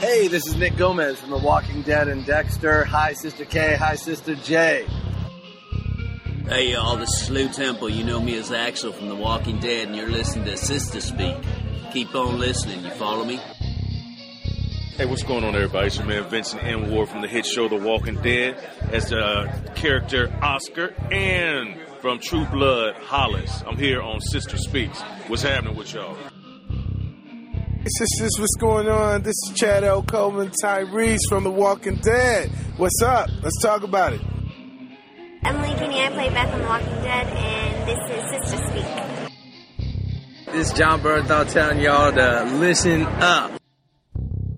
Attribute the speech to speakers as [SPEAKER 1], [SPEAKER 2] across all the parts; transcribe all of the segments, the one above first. [SPEAKER 1] This is Nick Gomez from The Walking Dead and Dexter. Hi, Sister K. Hi, Sister J.
[SPEAKER 2] Hey y'all, this is Lou Temple. You know me as Axel from The Walking Dead, and you're listening to Sister Speak. Keep on listening, you follow me?
[SPEAKER 3] Hey, what's going on, everybody? It's your man Vincent N. Ward from the hit show The Walking Dead as the uh, character Oscar and from True Blood Hollis. I'm here on Sister Speaks. What's happening with y'all?
[SPEAKER 4] Sisters, what's going on? This is Chad L. Coleman Tyrese from The Walking Dead. What's up? Let's talk about it.
[SPEAKER 5] Emily Kinney, I play Beth on The Walking Dead, and this is Sister Speak.
[SPEAKER 6] This is John Bernthal telling y'all to listen up.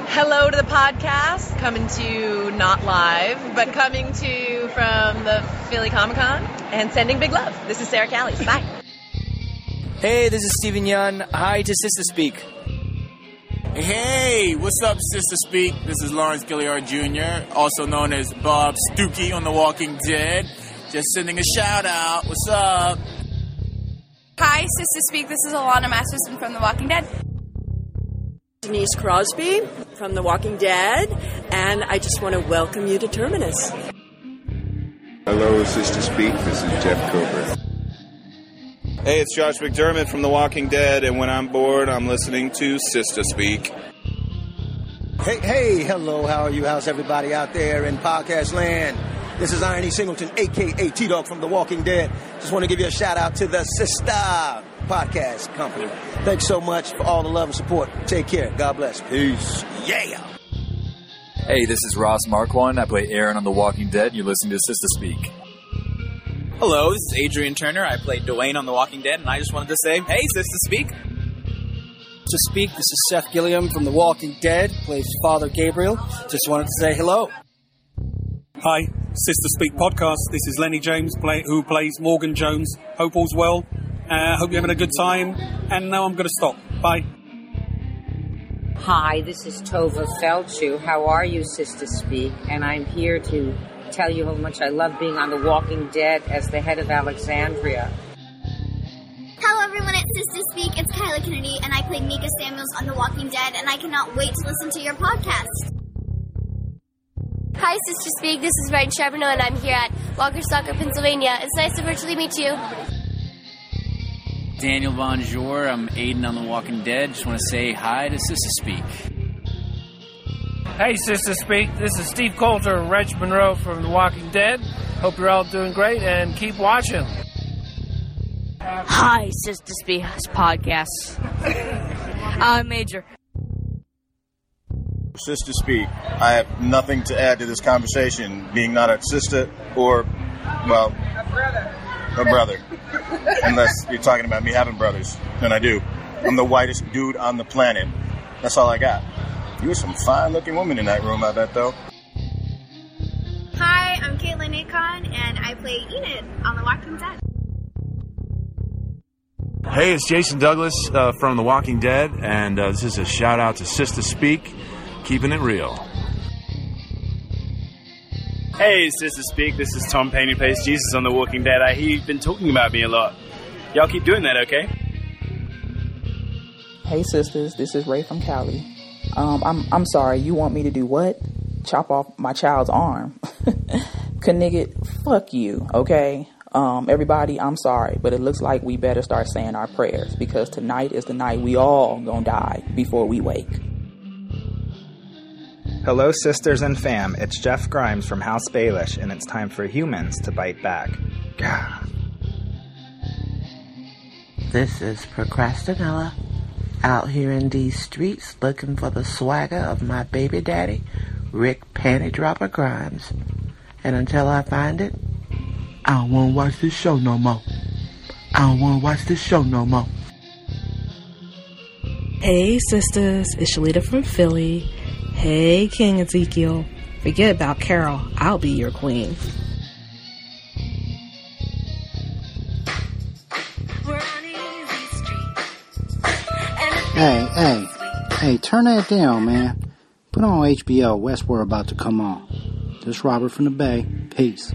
[SPEAKER 7] Hello to the podcast, coming to not live, but coming to you from the Philly Comic Con and sending big love. This is Sarah Callies. Bye.
[SPEAKER 8] Hey, this is Steven Young. Hi to Sister Speak.
[SPEAKER 9] Hey, what's up, Sister Speak? This is Lawrence Gilliard Jr., also known as Bob Stookie on The Walking Dead. Just sending a shout out. What's up?
[SPEAKER 10] Hi, Sister Speak. This is Alana Masterson from The Walking Dead.
[SPEAKER 11] Denise Crosby from The Walking Dead, and I just want to welcome you to Terminus.
[SPEAKER 12] Hello, Sister Speak. This is Jeff Cobra.
[SPEAKER 13] Hey, it's Josh McDermott from The Walking Dead, and when I'm bored, I'm listening to Sister Speak.
[SPEAKER 14] Hey, hey, hello, how are you? How's everybody out there in podcast land? This is Irony Singleton, aka T Dog from The Walking Dead. Just want to give you a shout out to the Sister Podcast Company. Thanks so much for all the love and support. Take care. God bless. Peace. Yeah.
[SPEAKER 15] Hey, this is Ross Marquand. I play Aaron on The Walking Dead. You're listening to Sister Speak.
[SPEAKER 16] Hello, this is Adrian Turner. I played Dwayne on The Walking Dead, and I just wanted to say, hey, Sister Speak.
[SPEAKER 17] To speak, this is Seth Gilliam from The Walking Dead, plays Father Gabriel. Just wanted to say hello.
[SPEAKER 18] Hi, Sister Speak podcast. This is Lenny James, play, who plays Morgan Jones. Hope all's well. Uh, hope you're having a good time. And now I'm going to stop. Bye.
[SPEAKER 19] Hi, this is Tova Felchu. How are you, Sister Speak? And I'm here to tell you how much I love being on The Walking Dead as the head of Alexandria.
[SPEAKER 20] Hello, everyone. It's Sister Speak. It's Kyla Kennedy, and I play Mika Samuels on The Walking Dead, and I cannot wait to listen to your podcast.
[SPEAKER 4] Hi, Sister Speak. This is Ryan Charbonneau, and I'm here at Walker Soccer, Pennsylvania. It's nice to virtually meet you.
[SPEAKER 1] Daniel Bonjour. I'm Aiden on The Walking Dead. Just want to say hi to Sister Speak.
[SPEAKER 2] Hey, Sister Speak. This is Steve Coulter and Reg Monroe from The Walking Dead. Hope you're all doing great and keep watching.
[SPEAKER 13] Hi, Sister Speak podcast. I'm uh, Major.
[SPEAKER 6] Sister Speak. I have nothing to add to this conversation, being not a sister or, well,
[SPEAKER 17] a brother.
[SPEAKER 6] A brother. Unless you're talking about me having brothers, and I do. I'm the whitest dude on the planet. That's all I got. You were some fine looking women in that room, I bet, though.
[SPEAKER 21] Hi, I'm Caitlin Akon, and I play Enid on The Walking Dead.
[SPEAKER 22] Hey, it's Jason Douglas uh, from The Walking Dead, and uh, this is a shout out to Sister Speak, keeping it real.
[SPEAKER 23] Hey, Sister Speak, this is Tom Payne who plays Jesus on The Walking Dead. I hear you've been talking about me a lot. Y'all keep doing that, okay?
[SPEAKER 24] Hey, sisters, this is Ray from Cali. Um, I'm, I'm sorry, you want me to do what? Chop off my child's arm. Knigget, fuck you, okay? Um, everybody, I'm sorry, but it looks like we better start saying our prayers because tonight is the night we all gonna die before we wake.
[SPEAKER 25] Hello, sisters and fam. It's Jeff Grimes from House Baelish, and it's time for humans to bite back.
[SPEAKER 26] this is Procrastinella out here in these streets looking for the swagger of my baby daddy, Rick Panty Dropper Grimes. And until I find it, I don't want to watch this show no more. I don't want to watch this show no more.
[SPEAKER 27] Hey, sisters, it's Shalita from Philly. Hey, King Ezekiel. Forget about Carol. I'll be your queen.
[SPEAKER 28] Hey, hey, hey, turn that down, man. Put on HBO, Westworld about to come on. This Robert from the Bay. Peace.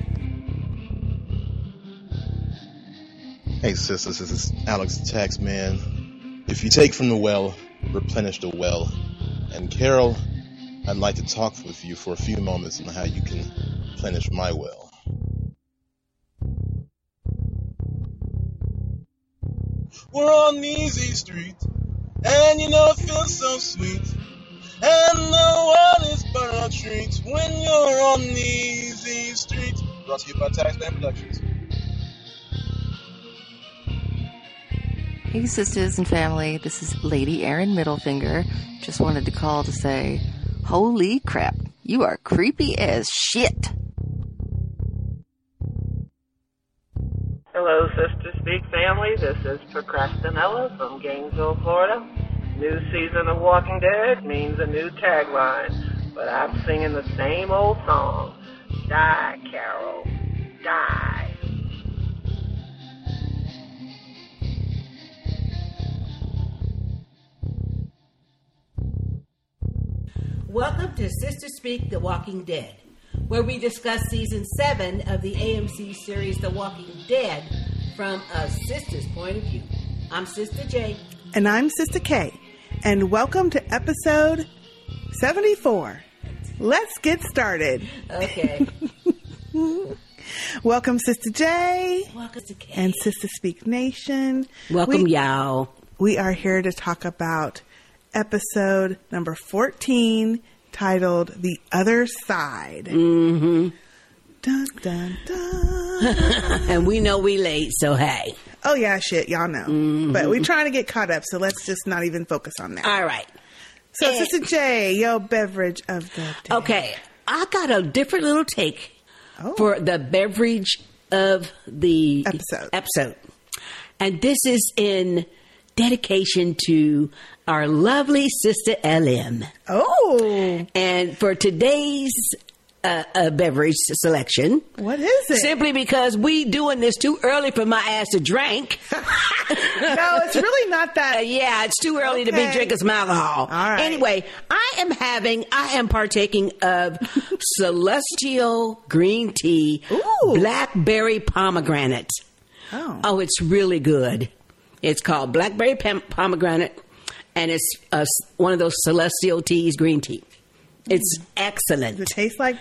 [SPEAKER 29] Hey, sisters, this is Alex Tax, man. If you take from the well, replenish the well. And Carol, I'd like to talk with you for a few moments on how you can replenish my well.
[SPEAKER 3] We're on these easy streets, and you know it feels so sweet. And no one is but a treat when you're on these easy streets.
[SPEAKER 6] Brought to you by Taxman Productions.
[SPEAKER 5] Hey, sisters and family, this is Lady Erin Middlefinger. Just wanted to call to say, holy crap, you are creepy as shit.
[SPEAKER 7] Hello, Sister Speak family. This is Procrastinella from Gainesville, Florida. New season of Walking Dead means a new tagline, but I'm singing the same old song. Die, Carol. Die.
[SPEAKER 24] Welcome to Sister Speak The Walking Dead, where we discuss season 7 of the AMC series The Walking Dead from a sister's point of view. I'm Sister J.
[SPEAKER 16] And I'm Sister K, and welcome to episode 74. Let's get started.
[SPEAKER 24] Okay.
[SPEAKER 16] welcome, Sister J.
[SPEAKER 24] Welcome to K.
[SPEAKER 16] and Sister Speak Nation.
[SPEAKER 24] Welcome,
[SPEAKER 16] y'all. We are here to talk about episode number 14 titled The Other Side.
[SPEAKER 24] Mm-hmm.
[SPEAKER 16] Dun, dun,
[SPEAKER 24] and we know we late, so hey.
[SPEAKER 16] Oh, yeah, shit, y'all know. But we're trying to get caught up, so let's just not even focus on that.
[SPEAKER 24] All right.
[SPEAKER 16] So,
[SPEAKER 24] Eh.
[SPEAKER 16] Sister J, your beverage of the day.
[SPEAKER 24] Okay, I got a different little take for the beverage of the episode. And this is in dedication to our lovely sister LM.
[SPEAKER 16] Oh.
[SPEAKER 24] And for today's uh, uh, beverage selection.
[SPEAKER 16] What is it?
[SPEAKER 24] Simply because we doing this too early for my ass to drink.
[SPEAKER 16] no, it's really not that.
[SPEAKER 24] Uh, yeah, it's too early to be Okay. drinking some alcohol.
[SPEAKER 16] All right.
[SPEAKER 24] Anyway, I am having, I am partaking of celestial green tea, blackberry pomegranate.
[SPEAKER 16] Oh.
[SPEAKER 24] it's really good. It's called blackberry pom- pomegranate, and it's uh, s- one of those celestial teas, green tea. It's excellent.
[SPEAKER 16] Does Mm. it taste like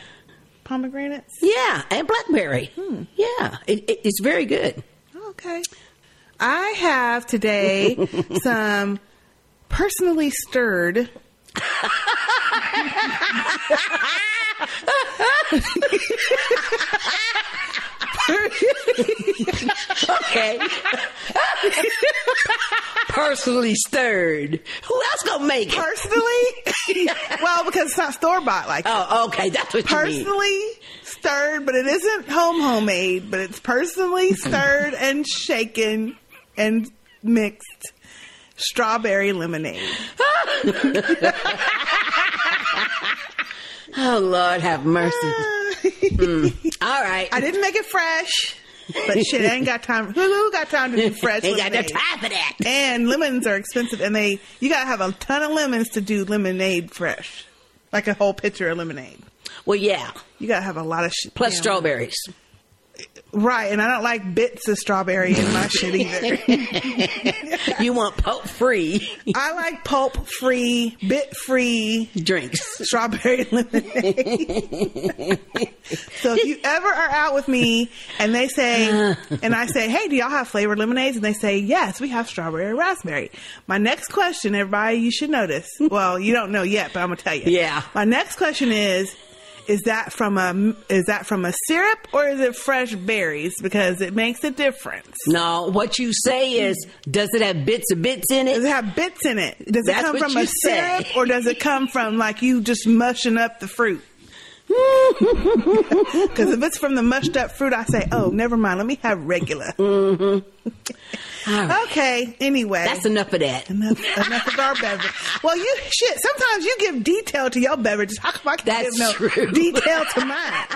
[SPEAKER 16] pomegranates?
[SPEAKER 24] Yeah, and blackberry.
[SPEAKER 16] Hmm.
[SPEAKER 24] Yeah, it, it, it's very good.
[SPEAKER 16] Okay. I have today some personally stirred.
[SPEAKER 24] okay. Personally stirred. Who else gonna make it?
[SPEAKER 16] Personally? well, because it's not store bought like
[SPEAKER 24] Oh, okay, that's what you mean.
[SPEAKER 16] personally stirred, but it isn't home homemade, but it's personally stirred and shaken and mixed strawberry lemonade.
[SPEAKER 24] Oh Lord, have mercy. Mm. All right.
[SPEAKER 16] Uh, I didn't make it fresh, but shit, I ain't got time. Who who got time to do fresh?
[SPEAKER 24] Ain't got no
[SPEAKER 16] lemonade?
[SPEAKER 24] time for that.
[SPEAKER 16] And lemons are expensive, and they you gotta have a ton of lemons to do lemonade fresh, like a whole pitcher of lemonade.
[SPEAKER 24] Well, yeah,
[SPEAKER 16] you gotta have a lot of shit.
[SPEAKER 24] Plus strawberries.
[SPEAKER 16] Right, and I don't like bits of strawberry in my shit either.
[SPEAKER 24] you want pulp free?
[SPEAKER 16] I like pulp free, bit free
[SPEAKER 24] drinks.
[SPEAKER 16] Strawberry lemonade. so if you ever are out with me and they say, and I say, hey, do y'all have flavored lemonades? And they say, yes, we have strawberry and raspberry. My next question, everybody, you should notice. Well, you don't know yet, but I'm gonna tell you.
[SPEAKER 24] Yeah.
[SPEAKER 16] My next question is. Is that from a is that from a syrup or is it fresh berries? Because it makes a difference.
[SPEAKER 24] No, what you say is, does it have bits of bits in it? Does
[SPEAKER 16] it have bits in it? Does
[SPEAKER 24] That's
[SPEAKER 16] it come
[SPEAKER 24] what
[SPEAKER 16] from
[SPEAKER 24] you
[SPEAKER 16] a
[SPEAKER 24] say.
[SPEAKER 16] syrup or does it come from like you just mushing up the fruit? Because if it's from the mushed up fruit, I say, oh, never mind. Let me have regular. Okay. Anyway,
[SPEAKER 24] Mm-hmm. That's enough of that.
[SPEAKER 16] Enough, enough of our beverage. Well, you shit. Sometimes you give detail to your beverages. How come I can't
[SPEAKER 24] That's
[SPEAKER 16] give no
[SPEAKER 24] true.
[SPEAKER 16] detail to mine?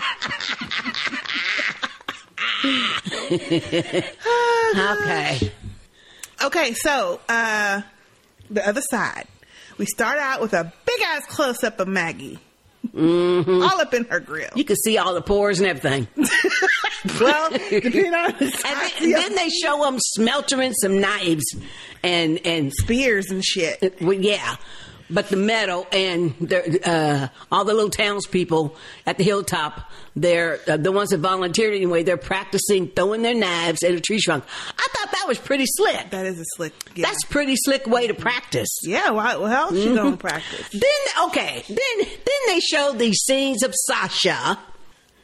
[SPEAKER 24] okay.
[SPEAKER 16] Okay, so uh the other side. We start out with a big ass close up of Maggie. All up in her grill.
[SPEAKER 24] Mm-hmm. You can see all the pores and everything.
[SPEAKER 16] well, depending on
[SPEAKER 24] and then, then they show them smeltering some knives and and
[SPEAKER 16] spears and shit.
[SPEAKER 24] Well, yeah, But the meadow and the, uh, all the little townspeople at the hilltop, they're uh, the ones that volunteered anyway, they're practicing throwing their knives at a tree trunk. I thought that was pretty slick.
[SPEAKER 16] That is a slick.
[SPEAKER 24] That's Mm-hmm. a pretty slick way to practice.
[SPEAKER 16] Yeah, well, well she gonna practice.
[SPEAKER 24] Then okay, then then they showed these scenes of Sasha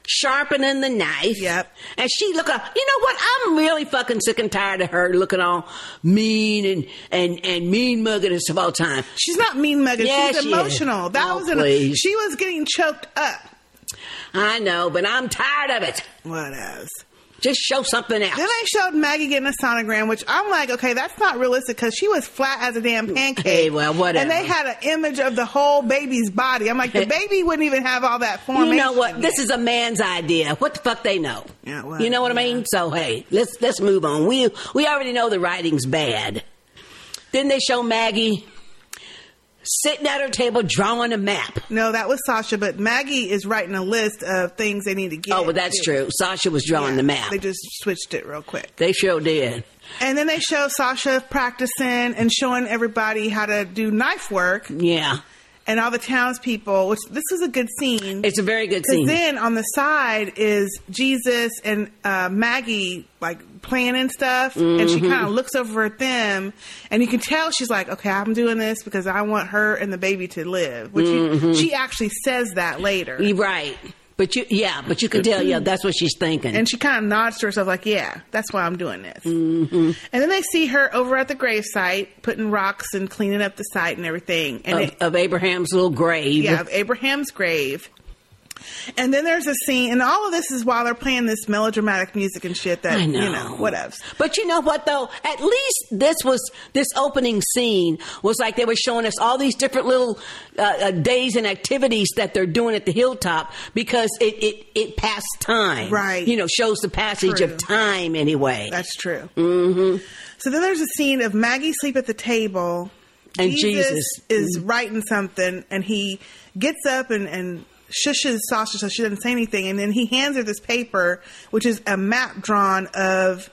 [SPEAKER 24] sharpening the knife. Yep. And she look up. You know what? I'm really fucking sick and tired of her looking all mean and and and mean mugging us of all time.
[SPEAKER 16] She's not mean mugging.
[SPEAKER 24] Yeah,
[SPEAKER 16] She's
[SPEAKER 24] she is.
[SPEAKER 16] emotional. That
[SPEAKER 24] Oh,
[SPEAKER 16] was an,
[SPEAKER 24] please.
[SPEAKER 16] she was getting choked up.
[SPEAKER 24] I know, but I'm tired of it.
[SPEAKER 16] What else?
[SPEAKER 24] Just show something else.
[SPEAKER 16] Then they showed Maggie getting a sonogram, which I'm like, okay, that's not realistic because she was flat as a damn pancake.
[SPEAKER 24] Mm. Hey, well, whatever.
[SPEAKER 16] And they had an image of the whole baby's body. I'm like, the baby wouldn't even have all that formation.
[SPEAKER 24] You know what? This is a man's idea. What the fuck they know? you know what I mean? So hey, let's let's move on. We we already know the writing's bad. Then they show Maggie sitting at her table drawing a map.
[SPEAKER 16] No, that was Sasha, but Maggie is writing a list of things they need to get.
[SPEAKER 24] Oh, well, that's true. Sasha was drawing the map.
[SPEAKER 16] They just switched it real quick.
[SPEAKER 24] They sure did.
[SPEAKER 16] And then they show Sasha practicing and showing everybody how to do knife work.
[SPEAKER 24] Yeah.
[SPEAKER 16] And all the townspeople, which this was a good scene.
[SPEAKER 24] It's a very good scene.
[SPEAKER 16] then on the side is Jesus and uh, Maggie like planning stuff, and she
[SPEAKER 24] Mhm.
[SPEAKER 16] kind of looks over at them, and you can tell she's like, "Okay, I'm doing this because I want her and the baby to live." Which you-
[SPEAKER 24] Mhm.
[SPEAKER 16] she actually says that later,
[SPEAKER 24] You're right. But you, yeah, but you can tell, yeah, that's what she's thinking.
[SPEAKER 16] and she kind of nods to herself like, "Yeah, that's why I'm doing this."
[SPEAKER 24] Mhm.
[SPEAKER 16] And then they see her over at the gravesite putting rocks and cleaning up the site and everything. And
[SPEAKER 24] of,
[SPEAKER 16] it-
[SPEAKER 24] of Abraham's little grave.
[SPEAKER 16] yeah, of Abraham's grave. And then there's a scene, and all of this is while they're playing this melodramatic music and shit that,
[SPEAKER 24] I know.
[SPEAKER 16] you know, whatevs.
[SPEAKER 24] But you know what though? At least this was this opening scene was like they were showing us all these different little uh, uh, days and activities that they're doing at the hilltop because it it it passed time, right? You know, shows the passage
[SPEAKER 16] True.
[SPEAKER 24] of time anyway.
[SPEAKER 16] That's true.
[SPEAKER 24] Mm-hmm.
[SPEAKER 16] So then there's a scene of Maggie sleep at the table.
[SPEAKER 24] And Jesus. Mm.
[SPEAKER 16] is writing something, and he gets up and, and shushes Sasha so she doesn't say anything. And then he hands her this paper, which is a map drawn of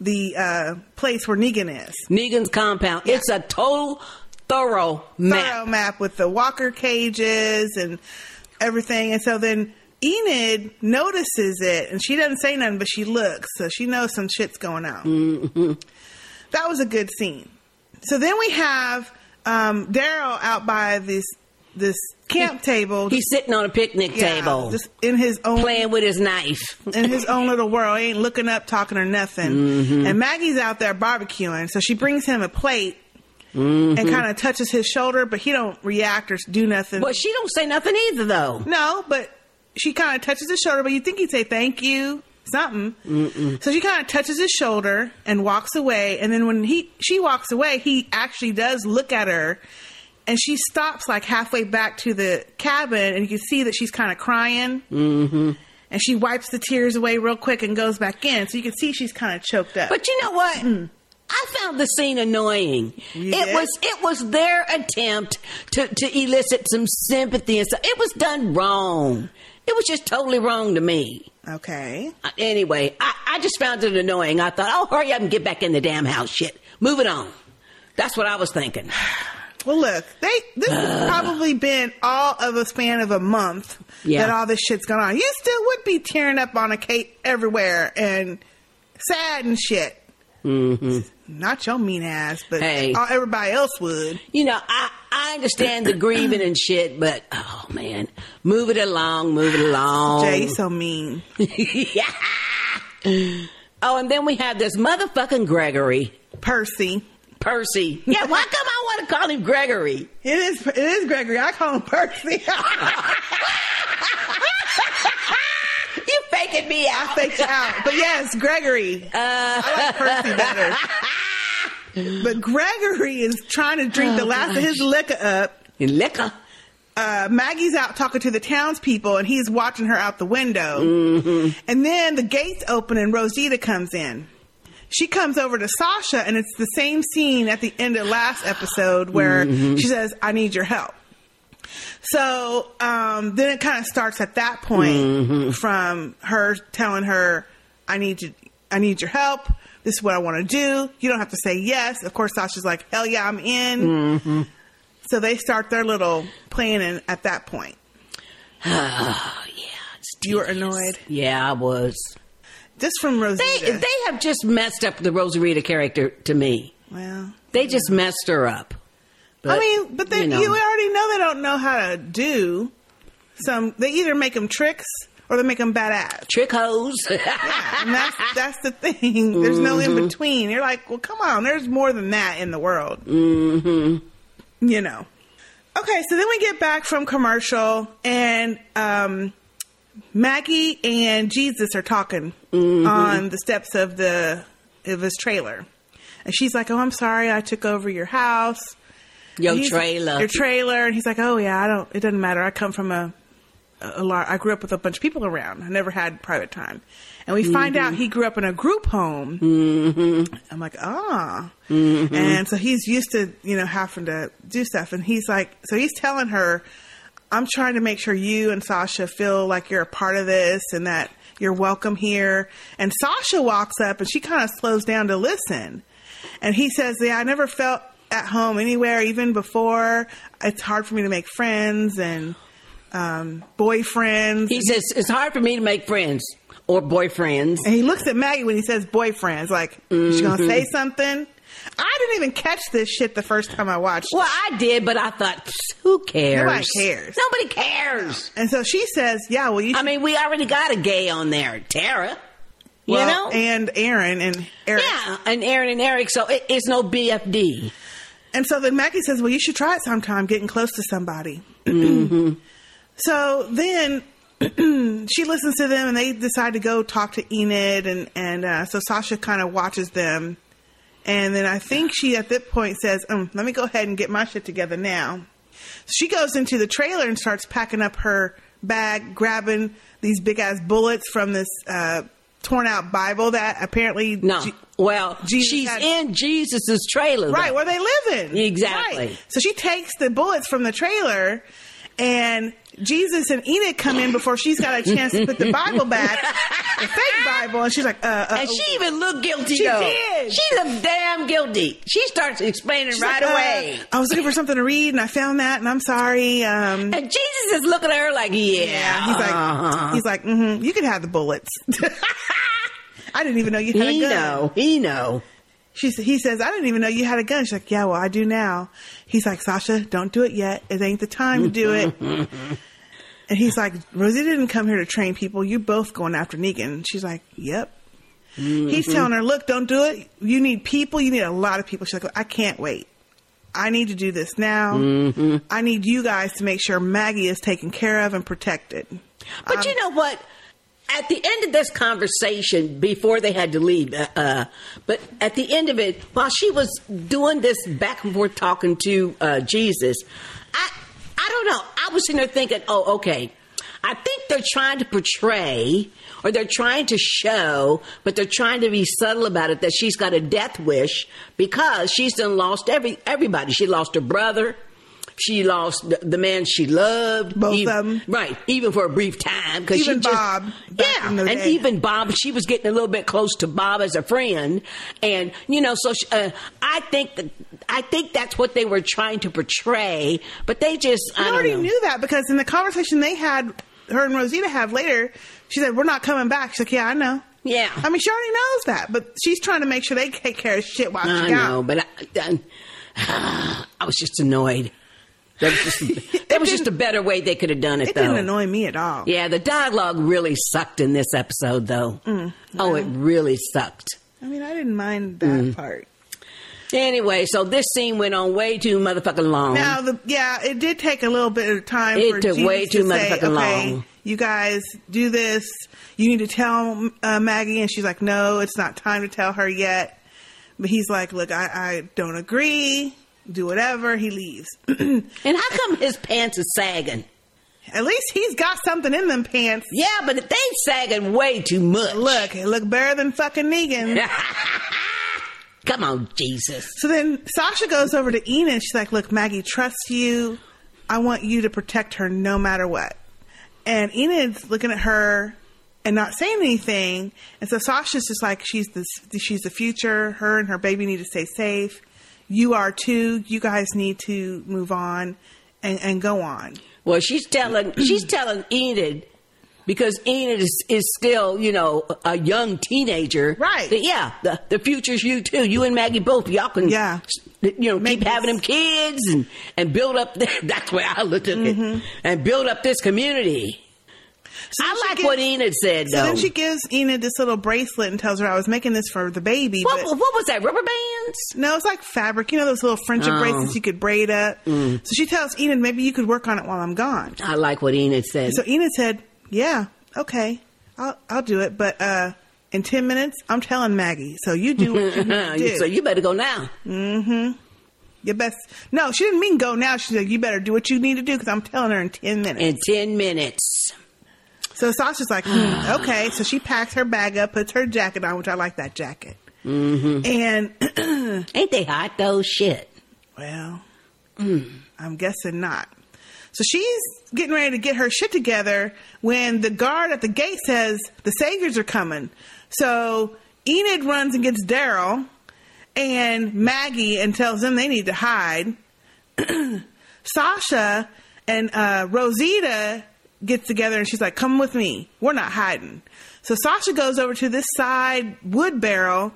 [SPEAKER 16] the uh, place where Negan is.
[SPEAKER 24] Negan's compound. It's a total thorough map.
[SPEAKER 16] thorough map with the walker cages and everything. And so then Enid notices it and she doesn't say nothing, but she looks. So she knows some shit's going on.
[SPEAKER 24] Mm-hmm.
[SPEAKER 16] That was a good scene. So then we have um, Daryl out by this this camp table.
[SPEAKER 24] He's sitting on a picnic
[SPEAKER 16] Yeah,
[SPEAKER 24] table,
[SPEAKER 16] just in his own
[SPEAKER 24] playing with his knife.
[SPEAKER 16] in his own little world. He ain't looking up, talking or nothing.
[SPEAKER 24] Mhm.
[SPEAKER 16] And Maggie's out there barbecuing, so she brings him a plate and kind of touches his shoulder, but he don't react or do nothing.
[SPEAKER 24] Well, she don't say nothing either, though.
[SPEAKER 16] No, but she kind of touches his shoulder, but you think he'd say thank you, something.
[SPEAKER 24] Mm-mm.
[SPEAKER 16] So she kind of touches his shoulder and walks away. And then when he she walks away, he actually does look at her, and she stops like halfway back to the cabin, and you can see that she's kind of crying.
[SPEAKER 24] Mm-hmm.
[SPEAKER 16] And she wipes the tears away real quick and goes back in. So you can see she's kind of choked up.
[SPEAKER 24] But you know what? I found the scene annoying. It was it was their attempt to, to elicit some sympathy and stuff. It was done wrong. It was just totally wrong to me. Uh,
[SPEAKER 16] Okay.
[SPEAKER 24] Anyway, I, I just found it annoying. I thought, oh, hurry up and get back in the damn house. Shit. Move it on. That's what I was thinking.
[SPEAKER 16] Well, look, they this has probably been all of a span of a month
[SPEAKER 24] Yeah.
[SPEAKER 16] that all this shit's going on. You still would be tearing up on a cake everywhere and sad and shit.
[SPEAKER 24] Mm-hmm.
[SPEAKER 16] Not your mean ass, but
[SPEAKER 24] Hey.
[SPEAKER 16] all, everybody else would.
[SPEAKER 24] You know, I, I understand the grieving and shit, but oh man, move it along, move it along.
[SPEAKER 16] Jay, you so mean.
[SPEAKER 24] yeah. Oh, and then we have this motherfucking Gregory.
[SPEAKER 16] Percy.
[SPEAKER 24] Percy. Yeah, why come I want to call him Gregory?
[SPEAKER 16] It is it is Gregory. I call him Percy.
[SPEAKER 24] you faking me out.
[SPEAKER 16] I faked you out. But yes, Gregory.
[SPEAKER 24] Uh.
[SPEAKER 16] I like Percy better. But Gregory is trying to drink the
[SPEAKER 24] Oh,
[SPEAKER 16] last of his
[SPEAKER 24] gosh.
[SPEAKER 16] liquor up.
[SPEAKER 24] Liquor.
[SPEAKER 16] Uh, Maggie's out talking to the townspeople, and he's watching her out the window. And then the gates open, and Rosita comes in. She comes over to Sasha, and it's the same scene at the end of last episode where
[SPEAKER 10] Mhm.
[SPEAKER 16] she says, "I need your help." So um, then it kind of starts at that point from her telling her, "I need you. I need your help. This is what I want to do. You don't have to say yes." Of course, Sasha's like, "Hell yeah, I'm in." So they start their little planning at that point.
[SPEAKER 24] Ah, yeah.
[SPEAKER 16] you were annoyed.
[SPEAKER 24] Yeah, I was.
[SPEAKER 16] Just from Rosita.
[SPEAKER 24] They, they have just messed up the Rosarita character to me.
[SPEAKER 16] Well,
[SPEAKER 24] They just messed her up.
[SPEAKER 16] I mean, but they, you,
[SPEAKER 24] know.
[SPEAKER 16] already know they don't know how to do some. They either make them tricks or they make them badass.
[SPEAKER 24] Trick hoes.
[SPEAKER 16] yeah, and that's that's the thing. There's no in
[SPEAKER 24] Mhm.
[SPEAKER 16] between. You're like, well, come on. There's more than that in the world.
[SPEAKER 24] Mm-hmm.
[SPEAKER 16] You know. Okay, so then we get back from commercial, and um, Maggie and Jesus are talking
[SPEAKER 24] Mm-hmm.
[SPEAKER 16] on the steps of the of his trailer, and she's like, "Oh, I'm sorry, I took over your house,
[SPEAKER 24] Your
[SPEAKER 16] And he's-
[SPEAKER 24] trailer.
[SPEAKER 16] your trailer." And he's like, "Oh yeah, I don't. It doesn't matter. I come from a, a, a lar- I grew up with a bunch of people around. I never had private time." And we find
[SPEAKER 24] Mhm.
[SPEAKER 16] out he grew up in a group home. I'm like, ah.
[SPEAKER 24] Mhm.
[SPEAKER 16] And so he's used to, you know, having to do stuff. And he's like, so he's telling her, I'm trying to make sure you and Sasha feel like you're a part of this and that you're welcome here. And Sasha walks up and she kind of slows down to listen. And he says, Yeah, I never felt at home anywhere, even before. It's hard for me to make friends and um, boyfriends.
[SPEAKER 24] He says, It's hard for me to make friends or boyfriends.
[SPEAKER 16] And he looks at Maggie when he says boyfriends, like, is she going to
[SPEAKER 24] Mhm.
[SPEAKER 16] say something? I didn't even catch this shit the first time I watched. Well,
[SPEAKER 24] I did, but I thought, who cares?
[SPEAKER 16] Nobody cares.
[SPEAKER 24] Nobody cares.
[SPEAKER 16] And so she says, "Yeah, well, you."
[SPEAKER 24] I mean, we already got a gay on there, Tara. You
[SPEAKER 16] Well,
[SPEAKER 24] know,
[SPEAKER 16] and Aaron and Eric.
[SPEAKER 24] Yeah, and Aaron and Eric. So it, it's no BFD.
[SPEAKER 16] And so then Maggie says, "Well, you should try it sometime, getting close to somebody."
[SPEAKER 24] Mm-hmm.
[SPEAKER 16] So then she listens to them, and they decide to go talk to Enid, and and uh, so Sasha kind of watches them, and then I think she at that point says, um, "Let me go ahead and get my shit together now." She goes into the trailer and starts packing up her bag, grabbing these big ass bullets from this uh, torn out Bible that apparently
[SPEAKER 24] No.
[SPEAKER 16] Je-
[SPEAKER 24] well,
[SPEAKER 16] Jesus
[SPEAKER 24] she's
[SPEAKER 16] had-
[SPEAKER 24] in Jesus's trailer, though.
[SPEAKER 16] Right, where they live in.
[SPEAKER 24] Exactly.
[SPEAKER 16] Right. So she takes the bullets from the trailer and Jesus and Enid come in before she's got a chance to put the Bible back, the fake Bible, and she's like, uh, uh
[SPEAKER 24] And she even looked guilty.
[SPEAKER 16] She
[SPEAKER 24] though.
[SPEAKER 16] did.
[SPEAKER 24] She looked damn guilty. She starts explaining
[SPEAKER 16] She's
[SPEAKER 24] right
[SPEAKER 16] like, uh,
[SPEAKER 24] away.
[SPEAKER 16] I was looking for something to read and I found that and I'm sorry. Um,
[SPEAKER 24] and Jesus is looking at her like, yeah.
[SPEAKER 16] He's like,
[SPEAKER 24] uh-huh.
[SPEAKER 16] he's like, mm-hmm, you can have the bullets. I didn't even know you had
[SPEAKER 24] He
[SPEAKER 16] a gun.
[SPEAKER 24] know, he know.
[SPEAKER 16] She, s- he says, I didn't even know you had a gun. She's like, yeah, well, I do now. He's like, Sasha, don't do it yet. It ain't the time to do it. And he's like, Rosie didn't come here to train people. You both going after Negan. She's like, yep. He's telling her, look, don't do it. You need people. You need a lot of people. She's like, I can't wait. I need to do this now.
[SPEAKER 24] Mhm.
[SPEAKER 16] I need you guys to make sure Maggie is taken care of and protected.
[SPEAKER 24] But you know what? At the end of this conversation, before they had to leave, uh, uh, but at the end of it, while she was doing this back and forth talking to uh, Jesus, I I don't know. I was sitting there thinking, oh, okay. I think they're trying to portray or they're trying to show, but they're trying to be subtle about it that she's got a death wish because she's done lost every everybody. She lost her brother. She lost the, the man she loved. Both of them. Right. Even for a brief time. Cause
[SPEAKER 16] Even
[SPEAKER 24] she just-
[SPEAKER 16] Bob,
[SPEAKER 24] Yeah. And even Bob, she was getting a little bit close to Bob as a friend. And, you know, so she, uh, I think that, I think that's what they were trying to portray, but they just, I
[SPEAKER 16] I
[SPEAKER 24] don't
[SPEAKER 16] already
[SPEAKER 24] know.
[SPEAKER 16] knew that because in the conversation they had, her and Rosita have later, she said, We're not coming back. She's like, Yeah, I know.
[SPEAKER 24] Yeah.
[SPEAKER 16] I mean, she already knows that, but she's trying to make sure they take care of shit while
[SPEAKER 24] I
[SPEAKER 16] she's gone.
[SPEAKER 24] know, but I, I, I was just annoyed. That was just, that was just a better way they could have done it,
[SPEAKER 16] It
[SPEAKER 24] though.
[SPEAKER 16] didn't annoy me at all.
[SPEAKER 24] Yeah, the dialogue really sucked in this episode, though.
[SPEAKER 16] Mm,
[SPEAKER 24] Oh, it really sucked.
[SPEAKER 16] I mean, I didn't mind that
[SPEAKER 24] Mm.
[SPEAKER 16] part.
[SPEAKER 24] Anyway, so this scene went on way too motherfucking long.
[SPEAKER 16] Now, the, yeah, it did take a little bit of time.
[SPEAKER 24] It
[SPEAKER 16] for
[SPEAKER 24] took
[SPEAKER 16] Jesus
[SPEAKER 24] way too
[SPEAKER 16] to say,
[SPEAKER 24] motherfucking
[SPEAKER 16] okay,
[SPEAKER 24] long.
[SPEAKER 16] You guys do this. You need to tell uh, Maggie, and she's like, "No, it's not time to tell her yet." But he's like, "Look, I, I don't agree. Do whatever." He leaves. and
[SPEAKER 24] how come his pants are sagging?
[SPEAKER 16] At least he's got something in them pants.
[SPEAKER 24] Yeah, but they sagging way too much.
[SPEAKER 16] Look, it look better than fucking Negan.
[SPEAKER 24] Come on, Jesus.
[SPEAKER 16] So then Sasha goes over to Enid. She's like, "Look, Maggie trusts you. I want you to protect her no matter what." And Enid's looking at her and not saying anything. And so Sasha's just like, "She's the she's the future. Her and her baby need to stay safe. you are too. You guys need to move on and, and go on.
[SPEAKER 24] Well, she's telling she's telling Enid because Enid is, is still you know a young teenager, right? That, yeah, the, the future's you too. You and Maggie both. Y'all can yeah. You know, keep having them kids and, and build up. That's where I looked at
[SPEAKER 16] Mm-hmm.
[SPEAKER 24] it and build up this community. I like what Enid said
[SPEAKER 16] So
[SPEAKER 24] though.
[SPEAKER 16] then she gives Enid this little bracelet and tells her I was making this for the baby.
[SPEAKER 24] What- what
[SPEAKER 16] was that? Rubber bands? No, it's like fabric. You know those little friendship
[SPEAKER 24] Oh.
[SPEAKER 16] bracelets you could braid up.
[SPEAKER 24] Mm. Ah.
[SPEAKER 16] So she tells Enid maybe you could work on it while I'm gone.
[SPEAKER 24] I like what Enid said.
[SPEAKER 16] So Enid said, "Yeah, okay, I'll I'll do it, but uh, in ten minutes, I'm telling Maggie. So you do what you need to do.
[SPEAKER 24] Mm-hmm. So you better go now.
[SPEAKER 16] Mm-hmm. Your best. No, she didn't mean go now. She said you better do what you need to do because I'm telling her in ten minutes.
[SPEAKER 24] In ten minutes.
[SPEAKER 16] So Sasha's like, hmm, okay. So she packs her bag up, puts her jacket on, which I like that jacket.
[SPEAKER 24] Mm-hmm.
[SPEAKER 16] And
[SPEAKER 24] ain't they hot though? Shit.
[SPEAKER 16] Well, I'm guessing not. So she's getting ready to get her shit together when the guard at the gate says the saviors are coming. So Enid runs and gets Daryl and Maggie and tells them they need to hide. Sasha and uh, Rosita gets together and she's like, "Come with me. We're not hiding." So Sasha goes over to this side wood barrel,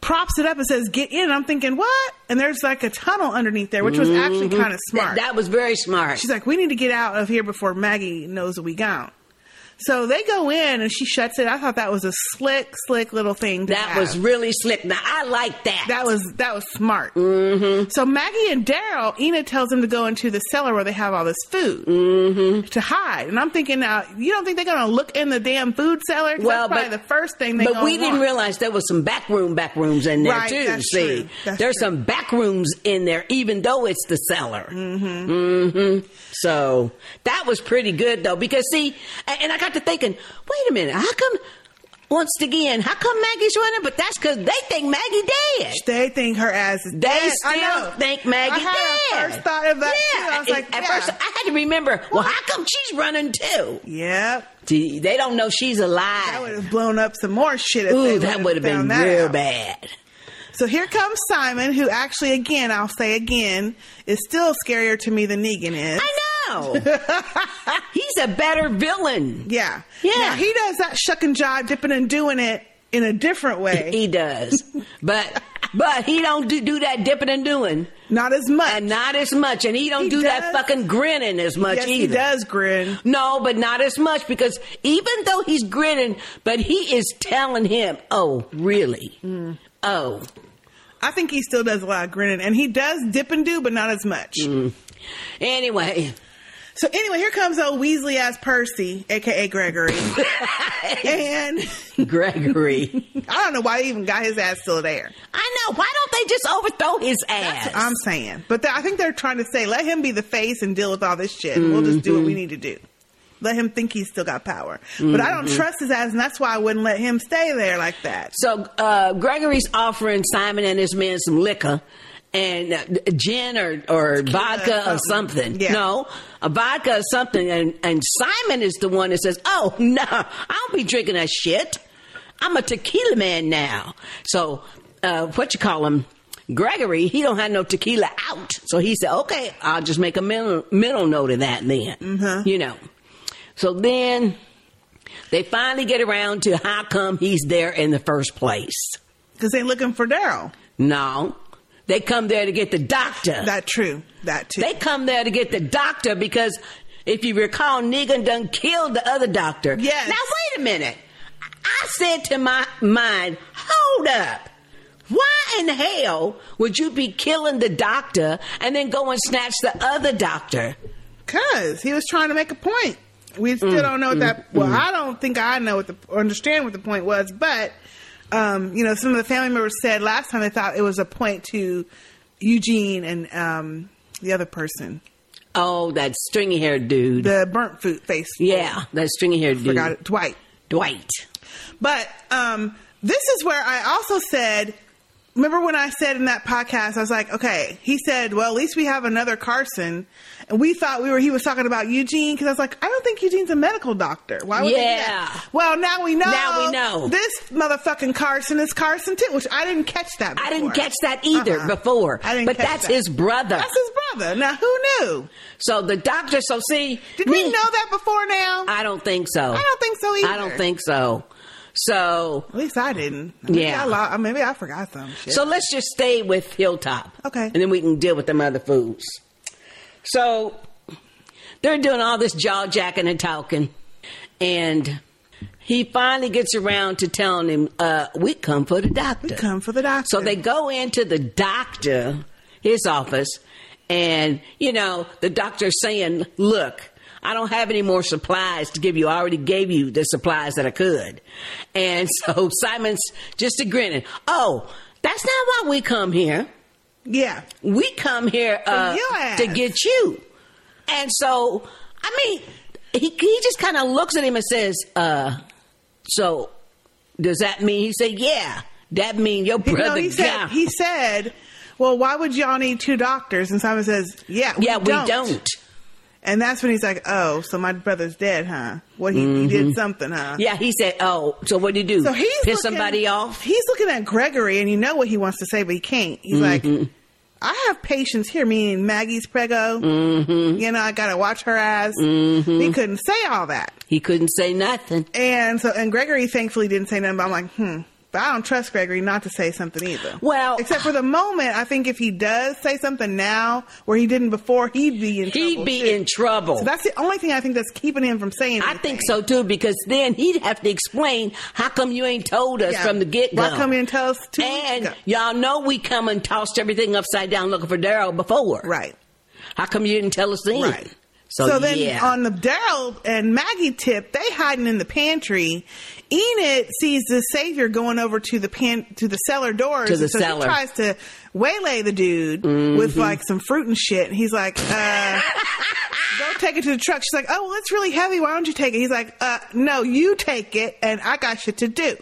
[SPEAKER 16] props it up, and says, "Get in." I'm thinking, "What?" And there's like a tunnel underneath there, which was actually
[SPEAKER 24] Mhm.
[SPEAKER 16] kind of smart.
[SPEAKER 24] That, that was very smart.
[SPEAKER 16] She's like, we need to get out of here before Maggie knows that we gone. So they go in and she shuts it. I thought that was a slick, slick little thing. To
[SPEAKER 24] That was really slick. Now I like that.
[SPEAKER 16] That was that was smart. Mm-hmm. So Maggie and Daryl, Enid tells them to go into the cellar where they have all this food
[SPEAKER 24] Mm-hmm.
[SPEAKER 16] to hide. And I'm thinking, now you don't think they're going to look in the damn food cellar? 'Cause
[SPEAKER 24] Well,
[SPEAKER 16] that's probably
[SPEAKER 24] but-
[SPEAKER 16] the first thing they.
[SPEAKER 24] But
[SPEAKER 16] gonna
[SPEAKER 24] we didn't
[SPEAKER 16] want.
[SPEAKER 24] realize there was some back room, back rooms in there
[SPEAKER 16] Right,
[SPEAKER 24] too.
[SPEAKER 16] that's
[SPEAKER 24] see,
[SPEAKER 16] true. That's
[SPEAKER 24] there's some back rooms in there, even though it's the cellar. Mm-hmm. So that was pretty good though, because see, a- and I got to thinking, wait a minute, how come? Once again, how come Maggie's running? But that's because they think Maggie dead.
[SPEAKER 16] They think her ass is
[SPEAKER 24] they
[SPEAKER 16] dead.
[SPEAKER 24] still
[SPEAKER 16] I know.
[SPEAKER 24] think
[SPEAKER 16] I
[SPEAKER 24] Maggie
[SPEAKER 16] had
[SPEAKER 24] dead.
[SPEAKER 16] a first thought of that
[SPEAKER 24] Yeah,
[SPEAKER 16] too. I was
[SPEAKER 24] it-
[SPEAKER 16] like,
[SPEAKER 24] at
[SPEAKER 16] yeah.
[SPEAKER 24] first I had to remember. Well, how come she's running too?
[SPEAKER 16] Yep.
[SPEAKER 24] Gee, They don't know she's alive.
[SPEAKER 16] That would have blown up some more shit. If
[SPEAKER 24] Ooh,
[SPEAKER 16] they
[SPEAKER 24] that would
[SPEAKER 16] would've
[SPEAKER 24] have been
[SPEAKER 16] found that
[SPEAKER 24] real
[SPEAKER 16] out.
[SPEAKER 24] bad.
[SPEAKER 16] So here comes Simon, who actually, again, I'll say again, is still scarier to me than Negan is. I
[SPEAKER 24] know. He's a better villain.
[SPEAKER 16] Yeah.
[SPEAKER 24] Yeah.
[SPEAKER 16] Now, he does that shucking job, dipping and doing it in a different way.
[SPEAKER 24] He does, but but he don't do, do that dipping and doing.
[SPEAKER 16] Not as much.
[SPEAKER 24] And not as much. And he don't
[SPEAKER 16] He
[SPEAKER 24] do
[SPEAKER 16] does.
[SPEAKER 24] that fucking grinning as much
[SPEAKER 16] Yes,
[SPEAKER 24] either.
[SPEAKER 16] he does grin.
[SPEAKER 24] No, but not as much because even though he's grinning, but he is telling him, "Oh, really? Oh."
[SPEAKER 16] I think he still does a lot of grinning, and he does dip and do, but not as much.
[SPEAKER 24] Mm. Anyway.
[SPEAKER 16] So anyway, here comes old Weasley ass Percy, aka Gregory, and
[SPEAKER 24] Gregory.
[SPEAKER 16] I don't know why he even got his ass still there.
[SPEAKER 24] I know. Why don't they just overthrow his ass?
[SPEAKER 16] That's what I'm saying. But th- I think they're trying to say, let him be the face and deal with all this shit. and We'll just do what we
[SPEAKER 24] Mhm.
[SPEAKER 16] need to do. Let him think he's still got power. But I don't
[SPEAKER 24] Mhm.
[SPEAKER 16] trust his ass, and that's why I wouldn't let him stay there like that.
[SPEAKER 24] So uh, Gregory's offering Simon and his men some liquor and uh, gin or, or vodka or something. No, a vodka or something. And, and Simon is the one that says, Oh, no, I don't be drinking that shit. I'm a tequila man now. So uh, what you call him? Gregory, he don't have no tequila out. So he said, okay, I'll just make a mental, mental note of that then. You know. So then they finally get around to how come he's there in the first place.
[SPEAKER 16] Because they're looking for Daryl.
[SPEAKER 24] No. They come there to get the doctor.
[SPEAKER 16] That true. That too.
[SPEAKER 24] Uh. They come there to get the doctor because if you recall, Negan done killed the other doctor. Yes. Now wait a minute. I said to my mind, hold up. Why in hell would you be killing the doctor and then go and snatch the other doctor?
[SPEAKER 16] Because he was trying to make a point.
[SPEAKER 24] Mm.
[SPEAKER 16] We still don't know what that. Well, I don't think I know what the or understand what the point was, but um, you know, some of the family members said last time they thought it was a point to Eugene and um, the other person,
[SPEAKER 24] Oh, that stringy haired dude.
[SPEAKER 16] the burnt food face.
[SPEAKER 24] Yeah, that stringy haired dude.
[SPEAKER 16] Forgot it. Dwight.
[SPEAKER 24] Dwight.
[SPEAKER 16] But um, this is where I also said remember when I said in that podcast, I was like, okay, he said, well, at least we have another Carson. And we thought we were, he was talking about Eugene because I was like, I don't think Eugene's a medical doctor. Why would they do that?
[SPEAKER 24] Yeah.
[SPEAKER 16] Well, now we know.
[SPEAKER 24] Now we know.
[SPEAKER 16] This motherfucking Carson is Carson too, which I didn't catch that before. Uh-huh.
[SPEAKER 24] I didn't catch that either before.
[SPEAKER 16] I didn't
[SPEAKER 24] but
[SPEAKER 16] catch
[SPEAKER 24] that's
[SPEAKER 16] that.
[SPEAKER 24] his brother.
[SPEAKER 16] That's his brother. Now, who knew?
[SPEAKER 24] So the doctor, so see.
[SPEAKER 16] Did we know that before now?
[SPEAKER 24] I don't think so.
[SPEAKER 16] I don't think so either.
[SPEAKER 24] I don't think so. So.
[SPEAKER 16] At least I didn't. Maybe
[SPEAKER 24] Yeah.
[SPEAKER 16] I lo- maybe I forgot some shit.
[SPEAKER 24] So let's just stay with Hilltop.
[SPEAKER 16] Okay.
[SPEAKER 24] And then we can deal with them other foods. So they're doing all this jaw jacking and talking. And he finally gets around to telling him, uh, we come for the doctor. We come
[SPEAKER 16] for the doctor.
[SPEAKER 24] So they go into the doctor, his office, and, you know, the doctor's saying, look, I don't have any more supplies to give you. I already gave you the supplies that I could. And so Simon's just a grinning. Oh, that's not why we come here.
[SPEAKER 16] Yeah.
[SPEAKER 24] We come here uh,
[SPEAKER 16] your ass.
[SPEAKER 24] to get you. And so, I mean, he, he just kind of looks at him and says, uh, so does that mean? He said, yeah, that mean your
[SPEAKER 16] He-
[SPEAKER 24] brother
[SPEAKER 16] no, he
[SPEAKER 24] got-
[SPEAKER 16] said, he said, well, why would y'all need two doctors? And Simon says, yeah, we
[SPEAKER 24] Yeah, we
[SPEAKER 16] don't.
[SPEAKER 24] don't.
[SPEAKER 16] And that's when he's like, oh, so my brother's dead, huh? Well, he, he did something, huh?
[SPEAKER 24] Mm-hmm. Yeah, he said, "Oh, so what do you do?
[SPEAKER 16] So he's
[SPEAKER 24] piss
[SPEAKER 16] looking-
[SPEAKER 24] somebody off?"
[SPEAKER 16] He's looking at Gregory, and you know what he wants to say, but he can't. He's
[SPEAKER 24] Mm-hmm.
[SPEAKER 16] like, I have patients here, meaning Maggie's prego.
[SPEAKER 24] Mm-hmm.
[SPEAKER 16] You know, I gotta watch her ass. He couldn't say all that.
[SPEAKER 24] He couldn't say nothing.
[SPEAKER 16] And so, and Gregory thankfully didn't say nothing. But I'm like, hmm. But I don't trust Gregory not to say something either.
[SPEAKER 24] Well,
[SPEAKER 16] except for the moment, I think if he does say something now where he didn't before, he'd be in
[SPEAKER 24] He'd
[SPEAKER 16] trouble.
[SPEAKER 24] be
[SPEAKER 16] too.
[SPEAKER 24] in trouble.
[SPEAKER 16] So that's the only thing I think that's keeping him from saying.
[SPEAKER 24] I think so too, because then he'd have to explain how come you ain't told us
[SPEAKER 16] Yeah.
[SPEAKER 24] from the get go.
[SPEAKER 16] Why come and tell us two
[SPEAKER 24] And y'all know we come and tossed everything upside down looking for Daryl before,
[SPEAKER 16] right?
[SPEAKER 24] How come you didn't tell us then?
[SPEAKER 16] Right.
[SPEAKER 24] So,
[SPEAKER 16] then
[SPEAKER 24] yeah.
[SPEAKER 16] on the Daryl and Maggie tip, they hiding in the pantry. Enid sees the savior going over to the pan to the cellar doors.
[SPEAKER 24] To the
[SPEAKER 16] and so
[SPEAKER 24] cellar.
[SPEAKER 16] she tries to waylay the dude
[SPEAKER 24] Mhm.
[SPEAKER 16] with like some fruit and shit. And he's like, uh, "Go take it to the truck." She's like, "Oh, well, it's really heavy. Why don't you take it?" He's like, uh, "No, you take it, and I got shit to do.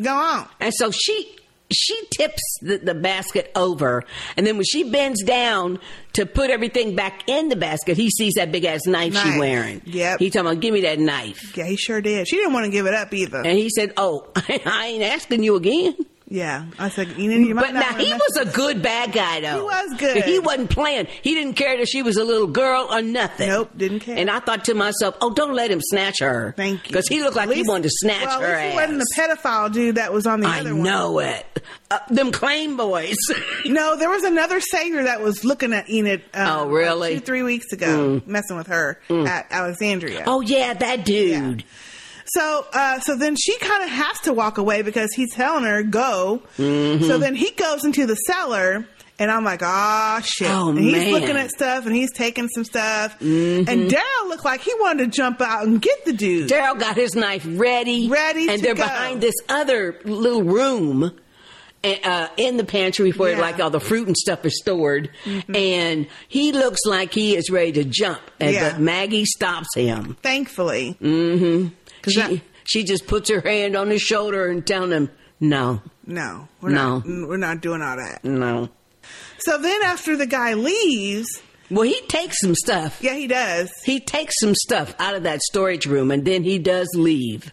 [SPEAKER 16] Go on."
[SPEAKER 24] And so she she tips the, the basket over, and then when she bends down to put everything back in the basket, he sees that big ass knife,
[SPEAKER 16] Knife.
[SPEAKER 24] she wearing.
[SPEAKER 16] Yep.
[SPEAKER 24] He talking about give me that knife.
[SPEAKER 16] Yeah, he sure did. She didn't want to give it up either.
[SPEAKER 24] And he said, "Oh, I ain't asking you again."
[SPEAKER 16] Yeah, I said, Enid, you might
[SPEAKER 24] But
[SPEAKER 16] not
[SPEAKER 24] now
[SPEAKER 16] wanna
[SPEAKER 24] he
[SPEAKER 16] mess
[SPEAKER 24] was a good bad guy though. He was
[SPEAKER 16] good.
[SPEAKER 24] He wasn't playing. He didn't care that she was a little girl or nothing. Nope,
[SPEAKER 16] didn't care.
[SPEAKER 24] And I thought to myself, "Oh, don't let him snatch her." Thank you. Because he looked like he wanted to snatch
[SPEAKER 16] well, at
[SPEAKER 24] her
[SPEAKER 16] least
[SPEAKER 24] ass.
[SPEAKER 16] he wasn't the pedophile dude that was on the other one.
[SPEAKER 24] I know it. Uh, them claim boys.
[SPEAKER 16] no, there was another savior that was looking at Enid. Um, oh,
[SPEAKER 24] really?
[SPEAKER 16] two, three weeks ago,
[SPEAKER 24] Mm.
[SPEAKER 16] messing with her
[SPEAKER 24] Mm.
[SPEAKER 16] at Alexandria.
[SPEAKER 24] Oh yeah, that dude.
[SPEAKER 16] So, uh, so then she kind of has to walk away because he's telling her go.
[SPEAKER 24] Mhm.
[SPEAKER 16] So then he goes into the cellar. And I'm like, ah, shit.
[SPEAKER 24] Oh,
[SPEAKER 16] and he's
[SPEAKER 24] man.
[SPEAKER 16] looking at stuff and he's taking some stuff.
[SPEAKER 24] Mhm.
[SPEAKER 16] And Daryl looked like he wanted to jump out and get the dude.
[SPEAKER 24] Daryl got his knife ready, ready, and
[SPEAKER 16] to
[SPEAKER 24] they're
[SPEAKER 16] go.
[SPEAKER 24] behind this other little room and, uh, in the pantry where
[SPEAKER 16] Yeah.
[SPEAKER 24] like all the fruit and stuff is stored. And he looks like he is ready to jump, and
[SPEAKER 16] Yeah.
[SPEAKER 24] but Maggie stops him.
[SPEAKER 16] Thankfully,
[SPEAKER 24] mm-hmm. she she just puts her hand on his shoulder and tells him, "No,
[SPEAKER 16] No, we're
[SPEAKER 24] No.
[SPEAKER 16] not. We're not doing all that.
[SPEAKER 24] no."
[SPEAKER 16] So then after the guy leaves,
[SPEAKER 24] well, he takes some stuff.
[SPEAKER 16] Yeah, he does.
[SPEAKER 24] He takes some stuff out of that storage room, and then he does leave.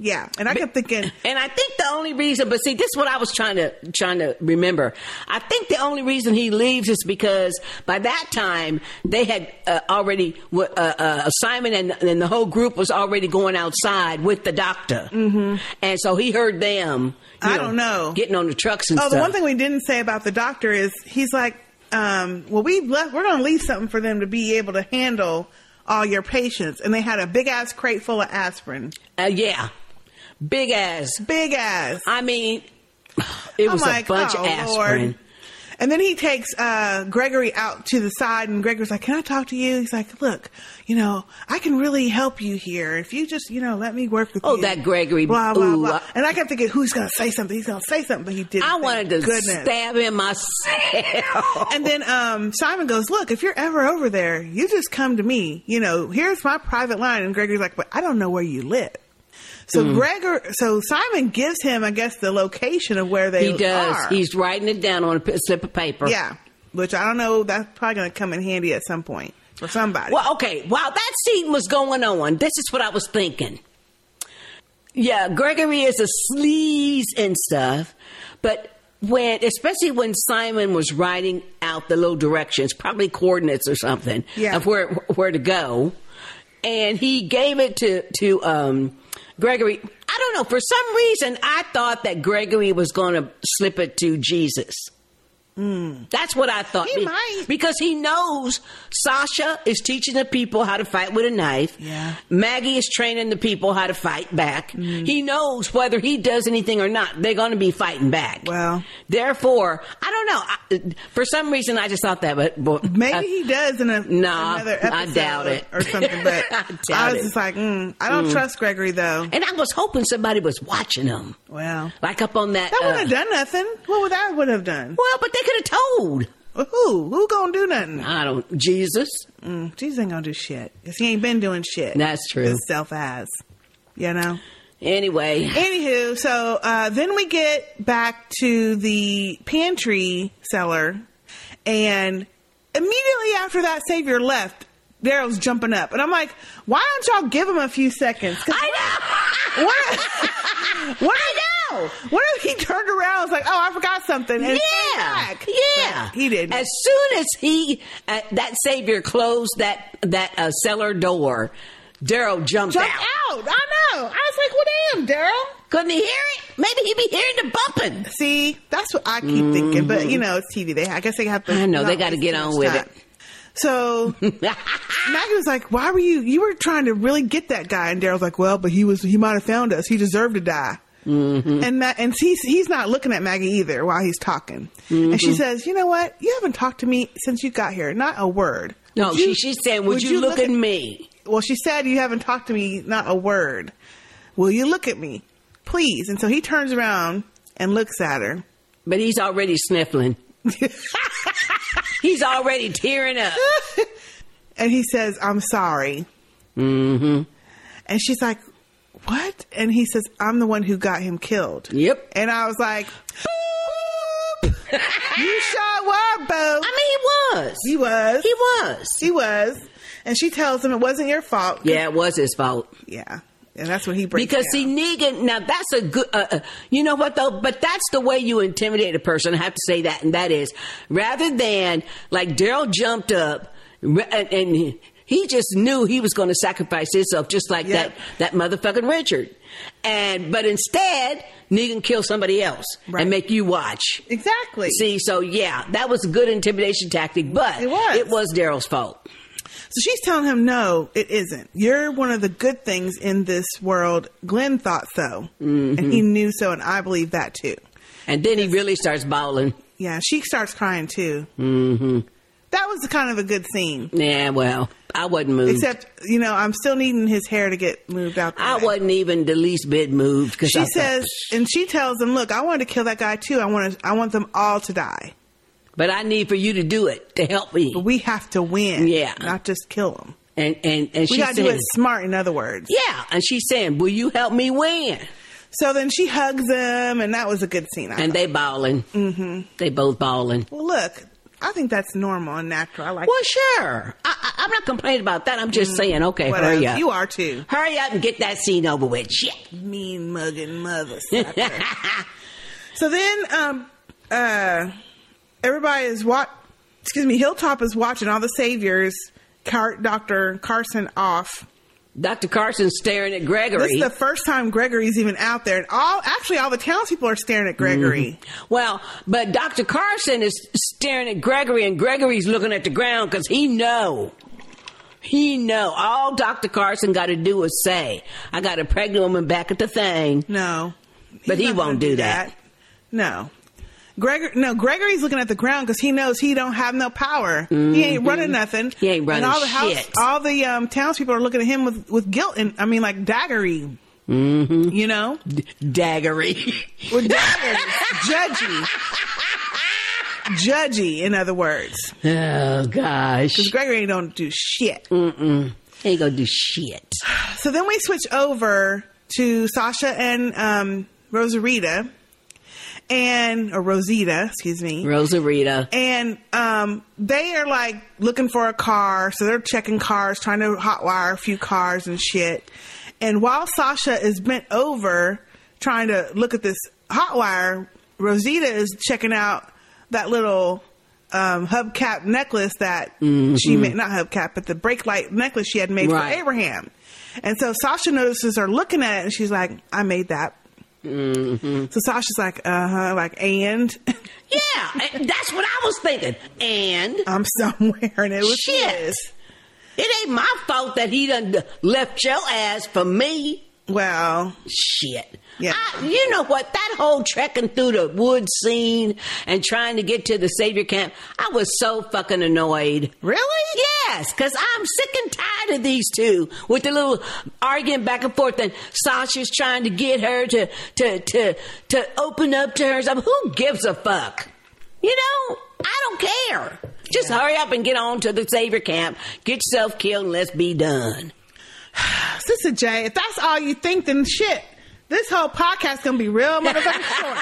[SPEAKER 16] Yeah, and I kept thinking,
[SPEAKER 24] and I think the only reason, but see, this is what I was trying to trying to remember. I think the only reason he leaves is because by that time they had uh, already uh, uh, Simon and and the whole group was already going outside with the doctor, mm-hmm. and so he heard them. you
[SPEAKER 16] I don't know.
[SPEAKER 24] getting on the trucks
[SPEAKER 16] Oh,
[SPEAKER 24] and
[SPEAKER 16] the
[SPEAKER 24] stuff.
[SPEAKER 16] one thing we didn't say about the doctor is he's like, um, well, we left. We're going to leave something for them to be able to handle all your patients, and they had a big ass crate full of aspirin.
[SPEAKER 24] Uh, yeah, big ass,
[SPEAKER 16] big ass.
[SPEAKER 24] I mean, it was
[SPEAKER 16] I'm
[SPEAKER 24] a
[SPEAKER 16] like,
[SPEAKER 24] bunch
[SPEAKER 16] oh,
[SPEAKER 24] of aspirin.
[SPEAKER 16] Lord. And then he takes uh, Gregory out to the side, and Gregory's like, "Can I talk to you?" He's like, "Look, you know, I can really help you here if you just, you know, let me work with
[SPEAKER 24] Oh,
[SPEAKER 16] you."
[SPEAKER 24] that Gregory.
[SPEAKER 16] blah blah
[SPEAKER 24] Ooh,
[SPEAKER 16] blah.
[SPEAKER 24] I-
[SPEAKER 16] And I kept thinking, who's going to say something? He's going to say something, but he didn't.
[SPEAKER 24] I wanted to
[SPEAKER 16] goodness.
[SPEAKER 24] stab him myself.
[SPEAKER 16] And then um, Simon goes, "Look, if you're ever over there, you just come to me. You know, here's my private line." And Gregory's like, "But I don't know where you live." So
[SPEAKER 24] Mm.
[SPEAKER 16] Gregor, so Simon gives him, I guess, the location of where they
[SPEAKER 24] He does.
[SPEAKER 16] are.
[SPEAKER 24] He's writing it down on a p- slip of paper.
[SPEAKER 16] yeah, which I don't know. That's probably going to come in handy at some point for somebody.
[SPEAKER 24] Well, okay. While that scene was going on, this is what I was thinking. Yeah, Gregory is a sleaze and stuff, but when, especially when Simon was writing out the little directions, probably coordinates or something
[SPEAKER 10] Yeah.
[SPEAKER 24] of where where to go, and he gave it to to um, Gregory. I don't know. For some reason, I thought that Gregory was going to slip it to Jesus. That's what I thought. Be- Because he knows Sasha is teaching the people how to fight with a knife. Yeah. Mm. Maggie is training the people how to fight back. He knows whether he does anything or not, they're going to be fighting back. Well, therefore, I don't know. I, for some reason, I just thought that, but, but uh, maybe he
[SPEAKER 16] does in a
[SPEAKER 24] nah,
[SPEAKER 16] another
[SPEAKER 24] I
[SPEAKER 16] episode
[SPEAKER 24] doubt it
[SPEAKER 16] or something, but I was just like, mm, I don't trust
[SPEAKER 24] Gregory though, and I was hoping somebody was watching him. Well, like up on that.
[SPEAKER 16] That wouldn't
[SPEAKER 24] uh,
[SPEAKER 16] have done nothing. What would that would have done?
[SPEAKER 24] Well, but they could have told.
[SPEAKER 16] Who? Who gonna do nothing?
[SPEAKER 24] I don't. Jesus.
[SPEAKER 16] Mm, Jesus ain't gonna do shit. 'Cause he ain't been doing shit.
[SPEAKER 24] That's true.
[SPEAKER 16] His self as. You know.
[SPEAKER 24] Anyway.
[SPEAKER 16] Anywho, so uh, then we get back to the pantry cellar, and immediately after that savior left, Daryl's jumping up, and I'm like, why don't y'all give him a few seconds? I know. What? what I know. What if he turned around? and was like, oh, I forgot something. And came
[SPEAKER 24] yeah,
[SPEAKER 16] back?
[SPEAKER 24] yeah, he did. As soon as he uh, that savior closed that that uh, cellar door, Daryl jumped,
[SPEAKER 16] Jump
[SPEAKER 24] out.
[SPEAKER 16] out. I know. I was like, well, damn, Daryl.
[SPEAKER 24] Couldn't he hear it? Maybe he be hearing the bumping.
[SPEAKER 16] See, that's what I keep thinking. But, you know, it's TV. They, I guess they have to.
[SPEAKER 24] I know, they
[SPEAKER 16] not
[SPEAKER 24] gotta
[SPEAKER 16] waste
[SPEAKER 24] get
[SPEAKER 16] too
[SPEAKER 24] on
[SPEAKER 16] much
[SPEAKER 24] with
[SPEAKER 16] time. So Maggie was like, why were you, you were trying to really get that guy. And Daryl's like, well, but he was, he might have found us. He deserved to die.
[SPEAKER 24] Mm-hmm.
[SPEAKER 16] And that, and he's, he's not looking at Maggie either while he's talking. And she
[SPEAKER 24] Mhm.
[SPEAKER 16] says, you know what? You haven't talked to me since you got here. Not a word.
[SPEAKER 24] No,
[SPEAKER 16] Would
[SPEAKER 24] she
[SPEAKER 16] you-
[SPEAKER 24] she said, "Would, you, look, at me?"
[SPEAKER 16] Well, she said, You haven't talked to me, not a word. Will you look at me? Please. And so he turns around and looks at her.
[SPEAKER 24] But he's already sniffling. he's already tearing up.
[SPEAKER 16] and he says, I'm sorry.
[SPEAKER 24] Mm-hmm.
[SPEAKER 16] And she's like, What? And he says, I'm the one who got him killed.
[SPEAKER 24] Yep.
[SPEAKER 16] And I was like, You sure were,
[SPEAKER 24] I
[SPEAKER 16] Bo.
[SPEAKER 24] mean, he was.
[SPEAKER 16] He was.
[SPEAKER 24] He was.
[SPEAKER 16] He was. And she tells him it wasn't your fault.
[SPEAKER 24] Yeah, it was his fault.
[SPEAKER 16] Yeah, and that's when he breaks
[SPEAKER 24] because see Negan. Now that's a good. Uh, uh, you know what though? But that's the way you intimidate a person. I have to say that, and that is rather than like Daryl jumped up re- and. and he just knew he was going to sacrifice himself, just like that that motherfucking Richard. And but instead, Negan killed somebody else and make you watch
[SPEAKER 16] exactly.
[SPEAKER 24] See, so yeah, that was a good intimidation tactic, but it was, Daryl's fault.
[SPEAKER 16] So she's telling him, no, it isn't. You're one of the good things in this world. Glenn thought so. And
[SPEAKER 24] Mm-hmm.
[SPEAKER 16] he knew so, and I believe that too.
[SPEAKER 24] And then he really starts bawling.
[SPEAKER 16] Yeah, she starts crying too.
[SPEAKER 24] hmm
[SPEAKER 16] That was kind of a good scene.
[SPEAKER 24] Yeah, well, I wasn't moved.
[SPEAKER 16] Except, you know, I'm still needing his hair to get moved out.
[SPEAKER 24] I wasn't even the least bit moved because
[SPEAKER 16] She says, and she tells him, look, I wanted to kill that guy too. I want to, I want them all to die.
[SPEAKER 24] "But I need for you to do it to help me. But
[SPEAKER 16] we have to win,
[SPEAKER 24] yeah,
[SPEAKER 16] not just kill them."
[SPEAKER 24] And and and
[SPEAKER 16] we
[SPEAKER 24] she
[SPEAKER 16] gotta do it
[SPEAKER 24] says,
[SPEAKER 16] smart, in other words.
[SPEAKER 24] "Yeah," and she's saying, "Will you help me win?"
[SPEAKER 16] So then she hugs him, and that was a good scene. I
[SPEAKER 24] and they bawling.
[SPEAKER 16] Mm-hmm.
[SPEAKER 24] They both bawling.
[SPEAKER 16] Well, look, I think that's normal and natural. I like.
[SPEAKER 24] Well, sure. I, I, I'm not complaining about that. I'm just
[SPEAKER 16] Mm,
[SPEAKER 24] saying, okay,
[SPEAKER 16] whatever.
[SPEAKER 24] hurry up.
[SPEAKER 16] You are too.
[SPEAKER 24] Hurry up and get that scene over with. Shit.
[SPEAKER 16] mean mugging mother. sucker. so then, um, uh, everybody is what? Excuse me. Hilltop is watching all the saviors. Car- Doctor Carson off.
[SPEAKER 24] Dr. Carson staring at Gregory.
[SPEAKER 16] This is the first time Gregory's even out there, and all actually all the townspeople are staring at
[SPEAKER 24] Mm-hmm.
[SPEAKER 16] Gregory.
[SPEAKER 24] Well, but Dr. Carson is staring at Gregory, and Gregory's looking at the ground because he know. He know. All Dr. Carson got to do is say, I got a pregnant woman back at the thing.
[SPEAKER 16] No.
[SPEAKER 24] But he won't do that.
[SPEAKER 16] No. Gregor, no, Gregory's looking at the ground because he knows he don't have no power. He ain't
[SPEAKER 24] Mhm.
[SPEAKER 16] running nothing. He ain't
[SPEAKER 24] running
[SPEAKER 16] and all the
[SPEAKER 24] shit.
[SPEAKER 16] all the um, townspeople are looking at him with, with guilt and I mean like daggery.
[SPEAKER 24] Mm-hmm.
[SPEAKER 16] You know,
[SPEAKER 24] daggery.
[SPEAKER 16] With daggers, judgy, judgy. In other words,
[SPEAKER 24] Oh, gosh.
[SPEAKER 16] because Gregory don't do shit.
[SPEAKER 24] Mm. Mm-mm. He ain't going to do shit.
[SPEAKER 16] So then we switch over to Sasha and um, Rosarita, and or Rosita, excuse me,
[SPEAKER 24] Rosarita.
[SPEAKER 16] and um, they are like looking for a car, so they're checking cars, trying to hotwire a few cars and shit. And while Sasha is bent over trying to look at this hotwire, Rosita is checking out that little um, hubcap necklace that she
[SPEAKER 24] Mhm.
[SPEAKER 16] made, not hubcap, but the brake light necklace she had made
[SPEAKER 24] Right.
[SPEAKER 16] for Abraham. And so Sasha notices her looking at it, and she's like, "I made that." So Sasha's like, "Uh huh," like, and
[SPEAKER 24] yeah, eh, that's what I was thinking. And
[SPEAKER 16] I'm somewhere, and it was
[SPEAKER 24] shit. It ain't my fault that he done left your ass for me.
[SPEAKER 16] Well,
[SPEAKER 24] shit. Yeah, I, you know what? That whole trekking through the woods scene and trying to get to the savior camp, I was so fucking annoyed.
[SPEAKER 16] Really?
[SPEAKER 24] Yes, because I'm sick and tired of these two with the little arguing back and forth, and Sasha's trying to get her to to to to open up to her. So Who gives a fuck? You know, I don't care. Just hurry up and get on to the savior camp. Get yourself killed and let's be done.
[SPEAKER 16] Sister J, if that's all you think, then shit, this whole podcast gonna be real motherfucking short.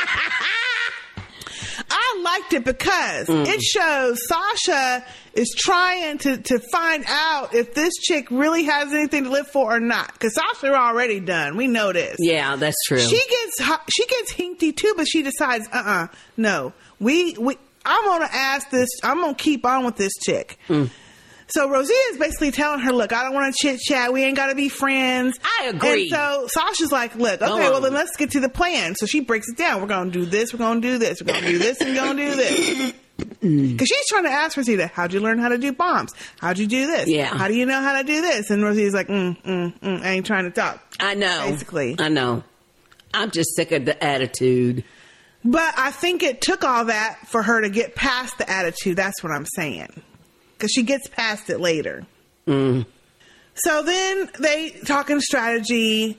[SPEAKER 16] I liked it because
[SPEAKER 10] Mm.
[SPEAKER 16] it shows Sasha is trying to, to find out if this chick really has anything to live for or not. Because Sasha already done. We know this.
[SPEAKER 24] Yeah, that's true.
[SPEAKER 16] She gets hu- she gets hinky too, but she decides, uh, uh no, we we. I'm gonna ask this. I'm gonna keep on with this chick.
[SPEAKER 24] Mm.
[SPEAKER 16] So Rosita's basically telling her, "Look, I don't want to chit chat. We ain't got to be friends."
[SPEAKER 24] I agree.
[SPEAKER 16] And so Sasha's like, "Look, okay,
[SPEAKER 24] Go
[SPEAKER 16] well
[SPEAKER 24] on.
[SPEAKER 16] then let's get to the plan." So she breaks it down. We're gonna do this. We're gonna do this. We're gonna do this. And we're gonna do this. Because she's trying to ask Rosita, "How'd you learn how to do bombs? How'd you do this?
[SPEAKER 24] Yeah.
[SPEAKER 16] How do you know how to do this?" And Rosita's like, mm, mm, mm, "I ain't trying to talk."
[SPEAKER 24] I know.
[SPEAKER 16] Basically.
[SPEAKER 24] I know. I'm just sick of the attitude.
[SPEAKER 16] But I think it took all that for her to get past the attitude. That's what I'm saying. Because she gets past it later.
[SPEAKER 10] Mm.
[SPEAKER 16] So then they talking strategy.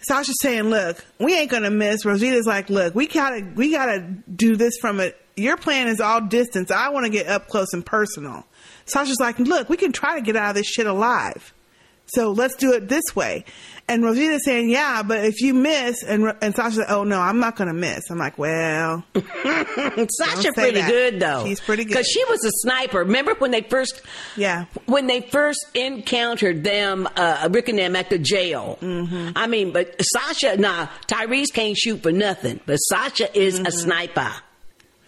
[SPEAKER 16] Sasha's saying, "Look, we ain't gonna miss." Rosita's like, "Look, we gotta, we gotta do this from a. Your plan is all distance. I want to get up close and personal." Sasha's like, "Look, we can try to get out of this shit alive. So let's do it this way." And Rosita's saying, "Yeah, but if you miss," and Ro- and Sasha's like, "Oh no, I'm not gonna miss." I'm like, "Well,
[SPEAKER 24] Sasha
[SPEAKER 16] say
[SPEAKER 24] pretty
[SPEAKER 16] that.
[SPEAKER 24] good though.
[SPEAKER 16] She's pretty good.
[SPEAKER 24] because she was a sniper. Remember when they first,
[SPEAKER 16] yeah,
[SPEAKER 24] when they first encountered them, uh, Rick and them at the jail.
[SPEAKER 16] Mm-hmm.
[SPEAKER 24] I mean, but Sasha, nah, Tyrese can't shoot for nothing. But Sasha is
[SPEAKER 16] Mm-hmm.
[SPEAKER 24] a sniper,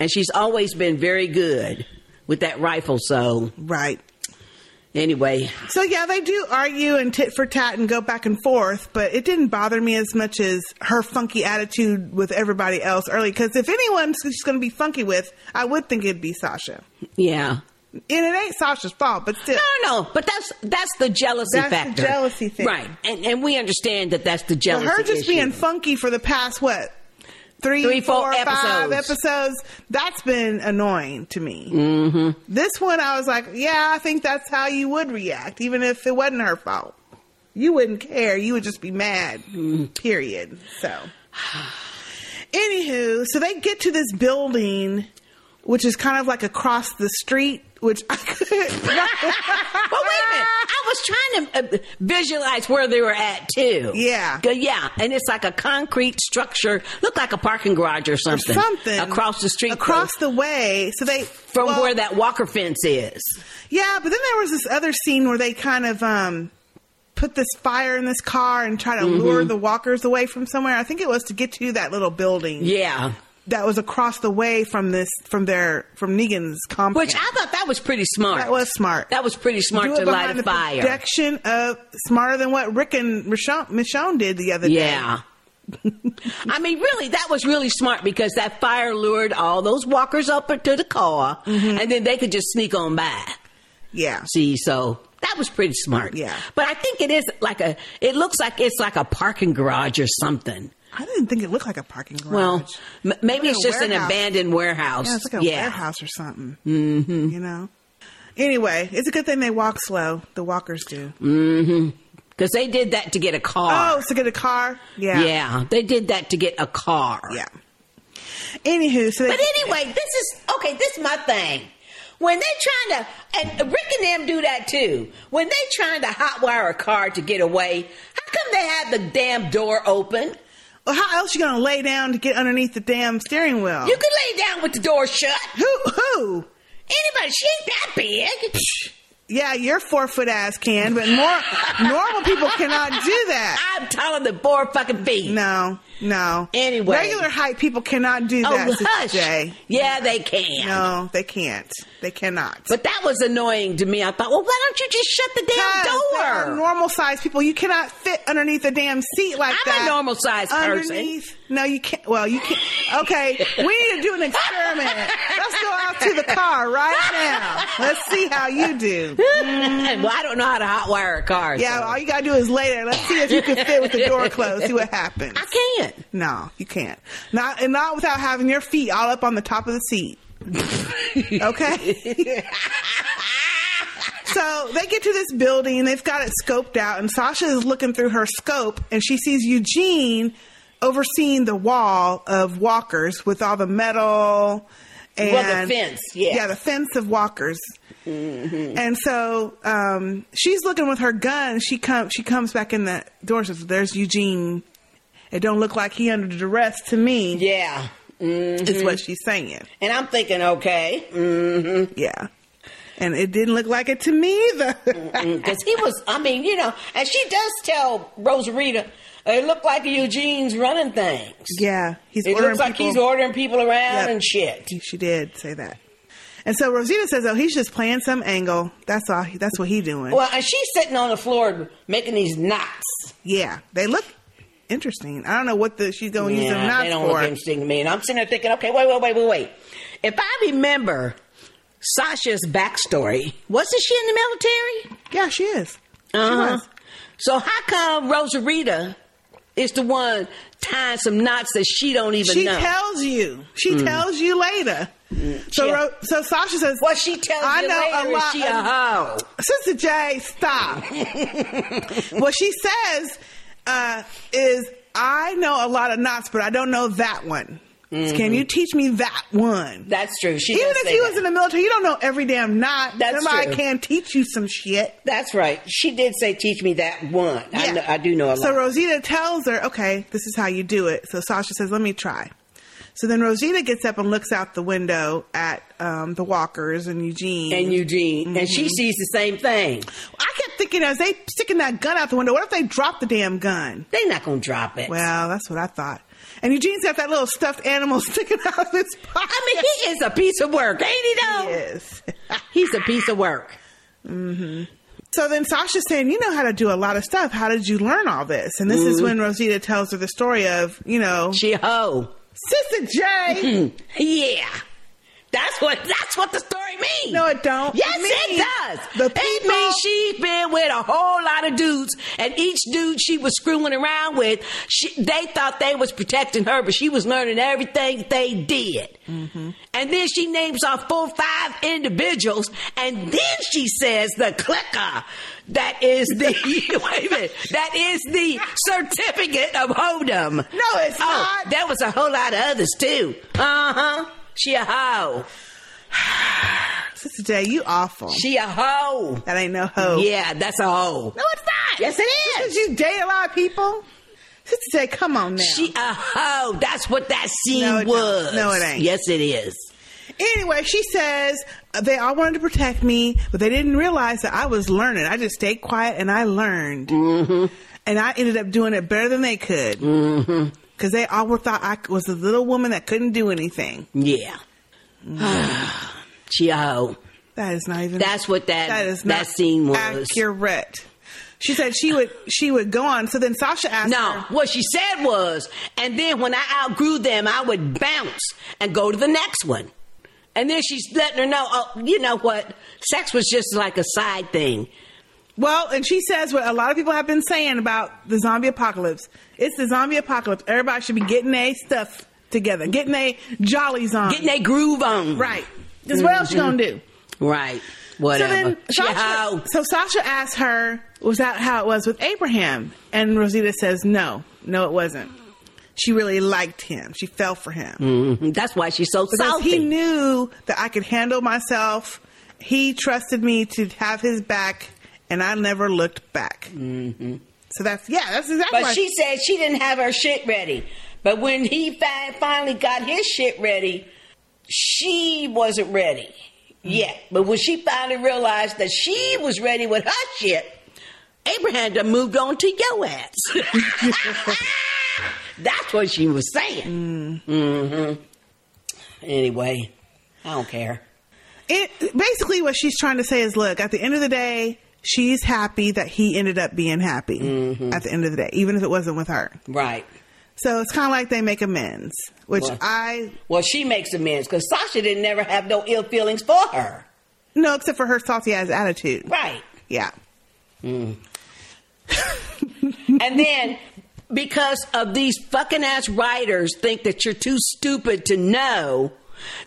[SPEAKER 24] and she's always been very good with that rifle. So
[SPEAKER 16] right.
[SPEAKER 24] Anyway,
[SPEAKER 16] So yeah, they do argue and tit for tat and go back and forth, but it didn't bother me as much as her funky attitude with everybody else early. Because if anyone's she's going to be funky with, I would think it'd be Sasha,
[SPEAKER 24] yeah.
[SPEAKER 16] and it ain't Sasha's fault. But still,
[SPEAKER 24] no, no. But that's that's the jealousy
[SPEAKER 16] That's the
[SPEAKER 24] factor.
[SPEAKER 16] jealousy thing.
[SPEAKER 24] right? And and we understand that that's the
[SPEAKER 16] But
[SPEAKER 24] jealousy.
[SPEAKER 16] her just
[SPEAKER 24] issue.
[SPEAKER 16] being funky for the past what three,
[SPEAKER 24] Three, four
[SPEAKER 16] four, five
[SPEAKER 24] episodes.
[SPEAKER 16] episodes, that's been annoying to me.
[SPEAKER 24] Mm-hmm.
[SPEAKER 16] This one, I was like, yeah, I think that's how you would react, even if it wasn't her fault. You wouldn't care. You would just be mad,
[SPEAKER 24] Mm-hmm.
[SPEAKER 16] period. So, anywho, so they get to this building, which is kind of like across the street, which I could.
[SPEAKER 24] But wait a minute.
[SPEAKER 16] Ah!
[SPEAKER 24] I was trying to uh, visualize where they were at too.
[SPEAKER 16] Yeah.
[SPEAKER 24] Good, Yeah, and it's like a concrete structure, look like a parking garage or something.
[SPEAKER 16] something.
[SPEAKER 24] across the street,
[SPEAKER 16] Across the way. So they
[SPEAKER 24] from where that Walker fence is.
[SPEAKER 16] Yeah, but then there was this other scene where they kind of um, put this fire in this car and try to
[SPEAKER 24] Mm-hmm.
[SPEAKER 16] lure the walkers away from somewhere. I think it was to get to that little building.
[SPEAKER 24] Yeah.
[SPEAKER 16] That was across the way from this, from their, from Negan's compound.
[SPEAKER 24] Which I thought that was pretty smart.
[SPEAKER 16] That was smart.
[SPEAKER 24] That was pretty smart
[SPEAKER 16] Do it
[SPEAKER 24] to light
[SPEAKER 16] behind
[SPEAKER 24] a
[SPEAKER 16] the
[SPEAKER 24] fire.
[SPEAKER 16] Protection of smarter than what Rick and Michonne, Michonne did the other day.
[SPEAKER 24] Yeah. I mean, really, that was really smart because that fire lured all those walkers up into the car,
[SPEAKER 16] Mm-hmm.
[SPEAKER 24] and then they could just sneak on by.
[SPEAKER 16] Yeah.
[SPEAKER 24] See, so that was pretty smart. Yeah. But I think it is like a. It looks like it's like a parking garage or something.
[SPEAKER 16] I didn't think it looked like a parking garage.
[SPEAKER 24] Well, m- maybe
[SPEAKER 16] like
[SPEAKER 24] it's
[SPEAKER 16] a
[SPEAKER 24] just an
[SPEAKER 16] warehouse.
[SPEAKER 24] abandoned warehouse.
[SPEAKER 16] Yeah, it's like a warehouse or something.
[SPEAKER 24] Mm-hmm.
[SPEAKER 16] You know. Anyway, it's a good thing they walk slow. The walkers do.
[SPEAKER 24] Mm-hmm. Because they did that to get a car.
[SPEAKER 16] Oh, to get a car. Yeah.
[SPEAKER 24] Yeah, they did that to get a car.
[SPEAKER 16] Yeah. Anywho, so they,
[SPEAKER 24] but anyway, this is okay. This is my thing. When they trying to, and Rick and them do that too. When they trying to hotwire a car to get away, how come they have the damn door open?
[SPEAKER 16] Well, how else you gonna lay down to get underneath the damn steering wheel?
[SPEAKER 24] You can lay down with the door shut.
[SPEAKER 16] Who? Who?
[SPEAKER 24] Anybody? She ain't that big.
[SPEAKER 16] Yeah, your four foot ass can, but more normal people cannot do that.
[SPEAKER 24] I'm taller than four fucking feet.
[SPEAKER 16] No, no.
[SPEAKER 24] Anyway.
[SPEAKER 16] regular height people cannot do
[SPEAKER 24] Oh,
[SPEAKER 16] that.
[SPEAKER 24] hush.
[SPEAKER 16] Jay.
[SPEAKER 24] Yeah, they can.
[SPEAKER 16] No, they can't. They cannot.
[SPEAKER 24] But that was annoying to me. I thought, well, why don't you just shut the damn
[SPEAKER 16] Because
[SPEAKER 24] door?
[SPEAKER 16] there are normal sized people. You cannot fit underneath a damn seat like
[SPEAKER 24] I'm a
[SPEAKER 16] that.
[SPEAKER 24] normal sized person.
[SPEAKER 16] Underneath? No, you can't. Well, you can't. Okay, we need to do an experiment. Let's go out to the car right now. Let's see how you do.
[SPEAKER 24] well, I don't know how to hotwire a car.
[SPEAKER 16] Yeah,
[SPEAKER 24] so.
[SPEAKER 16] all you gotta do is later. Let's see if you can fit with the door closed. See what happens. I
[SPEAKER 24] can't.
[SPEAKER 16] No, you can't. Not and not without having your feet all up on the top of the seat. okay. so they get to this building and they've got it scoped out, and Sasha is looking through her scope and she sees Eugene overseeing the wall of walkers with all the metal and
[SPEAKER 24] Well, the fence, yeah.
[SPEAKER 16] yeah, the fence of walkers. And so um, she's looking with her gun. She comes. She comes back in the door. Says, "There's Eugene. It don't look like he under duress to me."
[SPEAKER 24] Yeah,
[SPEAKER 16] is what she's saying.
[SPEAKER 24] And I'm thinking, okay, mm-hmm.
[SPEAKER 16] yeah. And it didn't look like it to me either.
[SPEAKER 24] Because he was, I mean, you know, and she does tell Rosarita, it looked like Eugene's running things.
[SPEAKER 16] Yeah, he's.
[SPEAKER 24] it
[SPEAKER 16] ordering
[SPEAKER 24] looks like
[SPEAKER 16] people-
[SPEAKER 24] he's ordering people around
[SPEAKER 16] Yep.
[SPEAKER 24] and shit.
[SPEAKER 16] She did say that. And so Rosita says, "Oh, he's just playing some angle. That's all. That's what he doing."
[SPEAKER 24] Well, and she's sitting on the floor making these knots.
[SPEAKER 16] yeah, they look interesting. I don't know what the she's going to use them
[SPEAKER 24] Yeah,
[SPEAKER 16] knots
[SPEAKER 24] they don't
[SPEAKER 16] for.
[SPEAKER 24] look interesting to me. And I'm sitting there thinking, okay, wait, wait, wait, wait, wait. If I remember Sasha's backstory, wasn't she in the military?
[SPEAKER 16] Yeah, she is.
[SPEAKER 24] Uh-huh.
[SPEAKER 16] was.
[SPEAKER 24] So how come Rosarita is the one tying some knots that she don't even
[SPEAKER 16] she
[SPEAKER 24] know?
[SPEAKER 16] tells you. She
[SPEAKER 24] Mm.
[SPEAKER 16] tells you later. So,
[SPEAKER 24] She-
[SPEAKER 16] Ro- so Sasha says,
[SPEAKER 24] "What she tells
[SPEAKER 16] I
[SPEAKER 24] you
[SPEAKER 16] know
[SPEAKER 24] later
[SPEAKER 16] a lot."
[SPEAKER 24] is she a hoe."
[SPEAKER 16] Sister J, stop. what she says uh, is, "I know a lot of knots, but I don't know that one.
[SPEAKER 24] Mm-hmm.
[SPEAKER 16] Can you teach me that one?"
[SPEAKER 24] That's true. She
[SPEAKER 16] Even
[SPEAKER 24] does
[SPEAKER 16] if
[SPEAKER 24] say
[SPEAKER 16] you
[SPEAKER 24] that.
[SPEAKER 16] was in the military, you don't know every damn knot.
[SPEAKER 24] That's
[SPEAKER 16] Somebody
[SPEAKER 24] true.
[SPEAKER 16] can teach you some shit.
[SPEAKER 24] That's right. She did say, "Teach me that one." I, know, I do know a lot.
[SPEAKER 16] So Rosita tells her, okay, this is how you do it. So Sasha says, let me try. So then Rosita gets up and looks out the window at um, the walkers and Eugene.
[SPEAKER 24] and Eugene, and she
[SPEAKER 16] Mhm.
[SPEAKER 24] sees the same thing.
[SPEAKER 16] I kept thinking as they sticking that gun out the window, what if they drop the damn gun?
[SPEAKER 24] They're not gonna drop it.
[SPEAKER 16] Well, that's what I thought. And Eugene's got that little stuffed animal sticking out of his pocket.
[SPEAKER 24] I mean, he is a piece of work, ain't he? Though he
[SPEAKER 16] is.
[SPEAKER 24] He's a piece of work.
[SPEAKER 16] hmm So then Sasha's saying, You know how to do a lot of stuff. How did you learn all this? And this is
[SPEAKER 24] Mhm.
[SPEAKER 16] when Rosita tells her the story of, you know,
[SPEAKER 24] she ho.
[SPEAKER 16] Sister J.
[SPEAKER 24] yeah. That's what that's what the story means.
[SPEAKER 16] No, it don't.
[SPEAKER 24] Yes, it,
[SPEAKER 16] means
[SPEAKER 24] does. it means she's been with a whole lot of dudes, and each dude she was screwing around with, she, they thought they was protecting her, but she was learning everything they did.
[SPEAKER 16] Mm-hmm.
[SPEAKER 24] And then she names off full five individuals, and then she says the clicker that is the wait a minute, that is the certificate of hodom.
[SPEAKER 16] No, it's
[SPEAKER 24] oh,
[SPEAKER 16] not.
[SPEAKER 24] There was a whole lot of others too. Uh huh. She a hoe.
[SPEAKER 16] Sister J, you awful.
[SPEAKER 24] She a hoe.
[SPEAKER 16] That ain't no hoe.
[SPEAKER 24] Yeah, that's a hoe.
[SPEAKER 16] No, it's not.
[SPEAKER 24] Yes, it
[SPEAKER 16] Just 'cause you date a lot of people. Sister J, come on now.
[SPEAKER 24] She a hoe. That's what that scene
[SPEAKER 16] No, it don't.
[SPEAKER 24] was.
[SPEAKER 16] No, it ain't.
[SPEAKER 24] Yes, it is.
[SPEAKER 16] Anyway, she says uh, they all wanted to protect me, but they didn't realize that I was learning. I just stayed quiet and I learned, mm-hmm. and I ended up doing it better than they could because
[SPEAKER 24] Mm-hmm.
[SPEAKER 16] they all were thought I was a little woman that couldn't do anything.
[SPEAKER 24] Yeah. she a hoe.
[SPEAKER 16] That is not even.
[SPEAKER 24] That's what that
[SPEAKER 16] That is
[SPEAKER 24] that
[SPEAKER 16] not
[SPEAKER 24] scene was.
[SPEAKER 16] accurate. She said she would she would go on. So then Sasha asked
[SPEAKER 24] No,
[SPEAKER 16] her,
[SPEAKER 24] what she said was, and then when I outgrew them, I would bounce and go to the next one. And then she's letting her know, oh, you know what? Sex was just like a side thing.
[SPEAKER 16] Well, and she says what a lot of people have been saying about the zombie apocalypse. It's the zombie apocalypse. Everybody should be getting their stuff together, getting their jollies on,
[SPEAKER 24] Getting their groove on.
[SPEAKER 16] Right. Because what else you gonna do?
[SPEAKER 24] Right. Whatever.
[SPEAKER 16] So then
[SPEAKER 24] She a hoe.
[SPEAKER 16] Sasha, so Sasha asked her, was that how it was with Abraham? And Rosita says, no, no, it wasn't. She really liked him.
[SPEAKER 24] Mm.
[SPEAKER 16] She fell for him.
[SPEAKER 24] Mhm. Mm-hmm. That's why she's so
[SPEAKER 16] Because
[SPEAKER 24] salty.
[SPEAKER 16] he knew that I could handle myself He trusted me to have his back, and I never looked back. Mm-hmm. So that's yeah, that's exactly.
[SPEAKER 24] But she said she didn't have her shit ready. But when he fi- finally got his shit ready, she wasn't ready yet. But when she finally realized that she was ready with her shit, Abraham done moved on to your ass. That's what she was saying. Mm. hmm Anyway, I don't care.
[SPEAKER 16] It basically what she's trying to say is, look, at the end of the day, she's happy that he ended up being happy
[SPEAKER 24] Mm-hmm.
[SPEAKER 16] at the end of the day, even if it wasn't with her.
[SPEAKER 24] Right.
[SPEAKER 16] So it's kind of like they make amends, which
[SPEAKER 24] Well-
[SPEAKER 16] I
[SPEAKER 24] Well, she makes amends because Sasha didn't never have no ill feelings for her.
[SPEAKER 16] no, except for her salty ass attitude.
[SPEAKER 24] Right.
[SPEAKER 16] Yeah.
[SPEAKER 24] and then because of these fucking ass writers think that you're too stupid to know,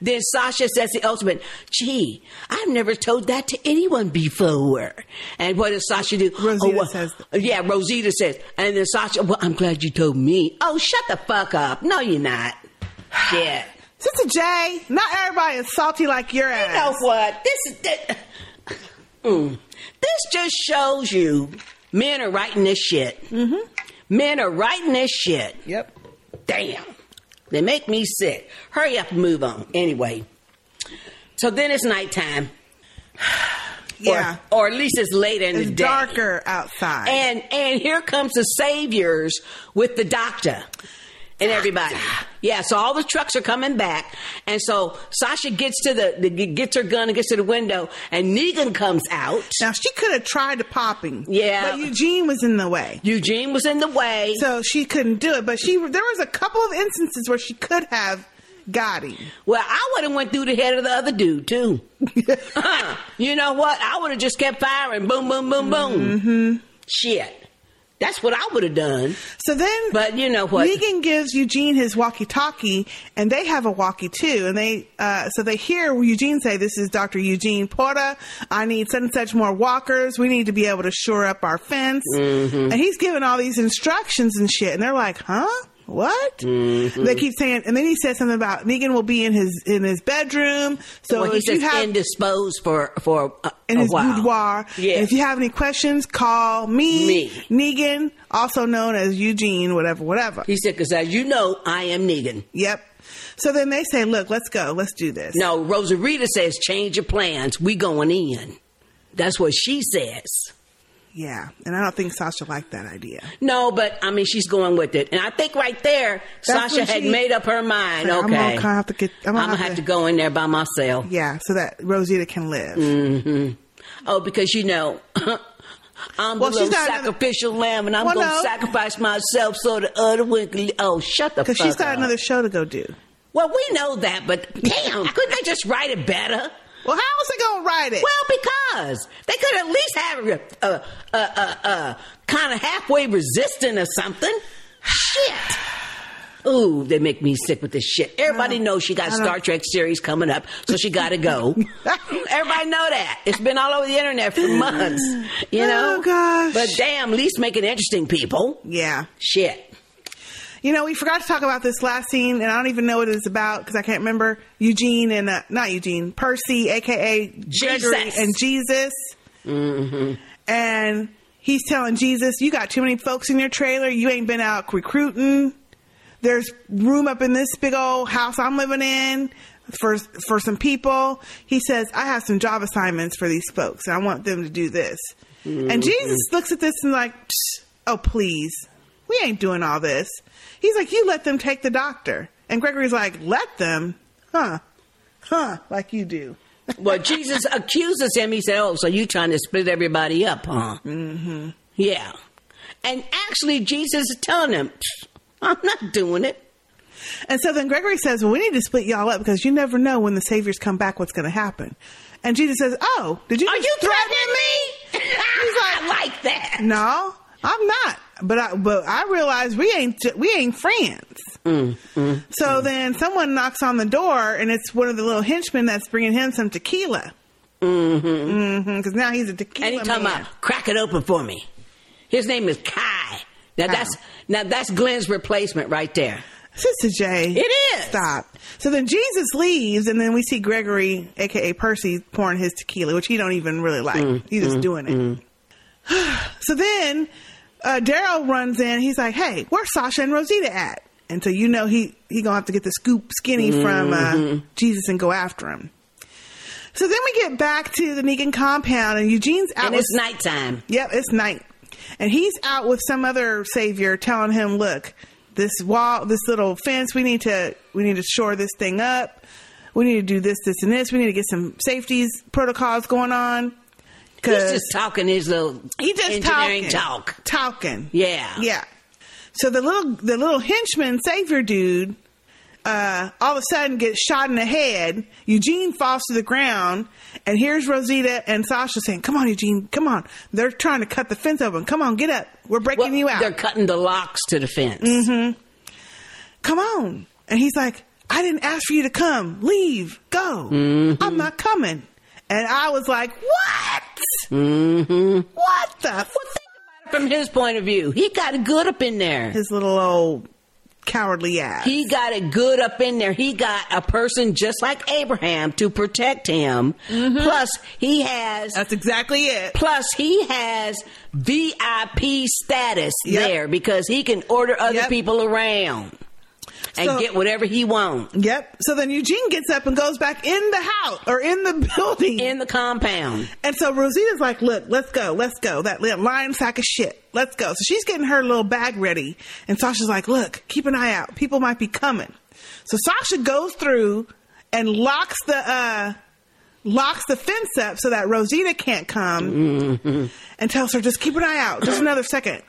[SPEAKER 24] then Sasha says the ultimate, gee, I've never told that to anyone before. And what does Sasha do? Rosita says. Yeah, Rosita says. And then Sasha, well, I'm glad you told me. Oh, shut the fuck up. No, you're not. Shit.
[SPEAKER 16] Sister J, not everybody is salty like your ass.
[SPEAKER 24] You know what? This is. This, Mm. This just shows you men are writing this shit. Mm-hmm. Men are writing this shit. Yep. Damn. They make me sick. Hurry up and move on. Anyway. So then it's nighttime.
[SPEAKER 16] Yeah.
[SPEAKER 24] Or, or at least it's later in
[SPEAKER 16] It's
[SPEAKER 24] the day.
[SPEAKER 16] darker outside.
[SPEAKER 24] And and here comes the saviors with the doctor and everybody. Yeah, so all the trucks are coming back, and so Sasha gets to the, the gets her gun and gets to the window, and Negan comes out.
[SPEAKER 16] Now she could have tried to pop him.
[SPEAKER 24] Yeah,
[SPEAKER 16] But Eugene was in the way.
[SPEAKER 24] Eugene was in the way,
[SPEAKER 16] so she couldn't do it. But she, there was a couple of instances where she could have got him.
[SPEAKER 24] Well, I would have went through the head of the other dude too. Uh, you know what? I would have just kept firing. Boom, boom, boom, boom. Shit, that's what I would have done.
[SPEAKER 16] Mm-hmm. So then,
[SPEAKER 24] but you know what?
[SPEAKER 16] Negan gives Eugene his walkie-talkie, and they have a walkie too. And they, uh, so they hear Eugene say, "This is Doctor Eugene Porta. I need such and such more walkers. We need to be able to shore up our fence."
[SPEAKER 4] Mhm.
[SPEAKER 24] Mm-hmm.
[SPEAKER 16] And he's giving all these instructions and shit, and they're like, "Huh? What?"
[SPEAKER 24] Mm-hmm.
[SPEAKER 16] They keep saying, and then he says something about Negan will be in his in his bedroom. So
[SPEAKER 24] well, he
[SPEAKER 16] if you
[SPEAKER 24] says
[SPEAKER 16] have
[SPEAKER 24] indisposed for for a,
[SPEAKER 16] in
[SPEAKER 24] a
[SPEAKER 16] his
[SPEAKER 24] while.
[SPEAKER 16] boudoir.
[SPEAKER 24] Yeah.
[SPEAKER 16] And if you have any questions, call me, Negan, also known as Eugene, whatever, whatever.
[SPEAKER 24] He said, because as you know, I am Negan.
[SPEAKER 16] Yep. So then they say, look, let's go. Let's do this.
[SPEAKER 24] No, Rosarita says change your plans. We going in. That's what she says.
[SPEAKER 16] Yeah. And I don't think Sasha liked that idea.
[SPEAKER 24] No, but I mean she's going with it, and I think right there
[SPEAKER 16] That's
[SPEAKER 24] Sasha
[SPEAKER 16] when
[SPEAKER 24] had
[SPEAKER 16] she-
[SPEAKER 24] made up her mind.
[SPEAKER 16] I'm
[SPEAKER 24] Okay,
[SPEAKER 16] gonna kinda have to get- I'm gonna
[SPEAKER 24] I'ma
[SPEAKER 16] have
[SPEAKER 24] have,
[SPEAKER 16] to-
[SPEAKER 24] to go in there by myself.
[SPEAKER 16] Yeah. So that Rosita can live.
[SPEAKER 24] hmm Oh, because you know. I'm
[SPEAKER 16] Well,
[SPEAKER 24] the
[SPEAKER 16] she's
[SPEAKER 24] little
[SPEAKER 16] not another-
[SPEAKER 24] sacrificial lamb, and I'm
[SPEAKER 16] Well,
[SPEAKER 24] going to
[SPEAKER 16] no.
[SPEAKER 24] sacrifice myself so the other one can. Oh, shut the fuck up!
[SPEAKER 16] Because she's got another show to go do.
[SPEAKER 24] Well, we know that, but damn, couldn't they just write it better?
[SPEAKER 16] Well, how was they gonna write it?
[SPEAKER 24] Well, because they could at least have a, a, a, a, a kind of halfway resistant or something. Shit. Ooh, they make me sick with this shit. Everybody
[SPEAKER 16] Uh,
[SPEAKER 24] knows she got
[SPEAKER 10] I don't-
[SPEAKER 24] Star Trek series coming up, so she got to go. Everybody know that. It's been all over the internet for months, you know.
[SPEAKER 16] Oh, gosh.
[SPEAKER 24] But damn, at least make it interesting, people.
[SPEAKER 16] Yeah.
[SPEAKER 24] Shit.
[SPEAKER 16] You know, we forgot to talk about this last scene, and I don't even know what it's about because I can't remember. Eugene and uh, not Eugene, Percy, aka Gregory,
[SPEAKER 10] Jesus.
[SPEAKER 16] and Jesus.
[SPEAKER 10] Mm-hmm.
[SPEAKER 16] and he's telling Jesus, "You got too many folks in your trailer. You ain't been out recruiting. There's room up in this big old house I'm living in for for some people." He says, "I have some job assignments for these folks, and I want them to do this." And Jesus looks at this and like, "Psh, "Oh, please, we ain't doing all this." He's like, "You let them take the doctor," and Gregory's like, "Let them, huh, huh, like you do."
[SPEAKER 24] Well, Jesus accuses him. He said, "Oh, so you trying to split everybody up, huh?"
[SPEAKER 16] Mm-hmm.
[SPEAKER 24] Yeah. And actually, Jesus is telling him, "Pfft, I'm not doing it.
[SPEAKER 16] And so then Gregory says, Well, we need to split y'all up because you never know when the Savior's come back what's going to happen. And Jesus says, Oh, did you Are you
[SPEAKER 24] threatening me?
[SPEAKER 16] He's like,
[SPEAKER 24] I like that.
[SPEAKER 16] No, I'm not. But I, but I realize we ain't we ain't friends.
[SPEAKER 24] Mm,
[SPEAKER 16] So then someone knocks on the door, and it's one of the little henchmen that's bringing him some tequila.
[SPEAKER 24] Mm-hmm.
[SPEAKER 16] Because now he's a tequila
[SPEAKER 24] And he talking
[SPEAKER 16] man.
[SPEAKER 24] about, crack it open for me. His name is Kai. Now that's now that's Glenn's replacement right there.
[SPEAKER 16] Sister J. It is. Stop. So then Jesus leaves, and then we see Gregory, aka Percy, pouring his tequila, which he don't even really like. He's just doing it. So then uh, Daryl runs in. He's like, "Hey, where's Sasha and Rosita at?" And so you know he he gonna have to get the scoop skinny from uh,
[SPEAKER 4] Mhm.
[SPEAKER 16] Jesus and go after him. So then we get back to the Negan compound, and Eugene's out.
[SPEAKER 24] And
[SPEAKER 16] with-
[SPEAKER 24] it's nighttime.
[SPEAKER 16] Yep, it's night, and he's out with some other savior, telling him, "Look, this wall, this little fence. We need to we need to shore this thing up. We need to do this, this, and this. We need to get some safeties protocols going on."
[SPEAKER 24] He's just talking his little
[SPEAKER 16] Uh, He just
[SPEAKER 24] engineering
[SPEAKER 16] talking.
[SPEAKER 24] talk.
[SPEAKER 16] Talking.
[SPEAKER 24] Yeah.
[SPEAKER 16] Yeah. So the little the little henchman savior dude uh, all of a sudden gets shot in the head. Eugene falls to the ground, and here's Rosita and Sasha saying, "Come on, Eugene, come on! They're trying to cut the fence open. Come on, get up! We're breaking you out."
[SPEAKER 24] They're cutting the locks to the fence.
[SPEAKER 16] Mm-hmm. Come on. And he's like, I didn't ask for you to come. Leave. Go.
[SPEAKER 24] Mm-hmm.
[SPEAKER 16] I'm not coming. And I was like, what?
[SPEAKER 24] Mm-hmm.
[SPEAKER 16] What the?
[SPEAKER 24] think about
[SPEAKER 16] Well,
[SPEAKER 24] it from his point of view. He got it good up in there.
[SPEAKER 16] His little old cowardly ass.
[SPEAKER 24] He got it good up in there. He got a person just like Abraham to protect him. Plus, he has.
[SPEAKER 16] That's exactly it.
[SPEAKER 24] Plus, he has VIP status there because he can order other people around and
[SPEAKER 16] So-
[SPEAKER 24] get whatever he wants.
[SPEAKER 16] Yep. So then Eugene gets up and goes back in the house or in the building.
[SPEAKER 24] In the compound.
[SPEAKER 16] And so Rosita's like, look, let's go, let's go. That little lion sack of shit. Let's go. So she's getting her little bag ready. And Sasha's like, look, keep an eye out. People might be coming. So Sasha goes through and locks the, uh, locks the fence up so that Rosita can't come and tells her, just keep an eye out. Just another second.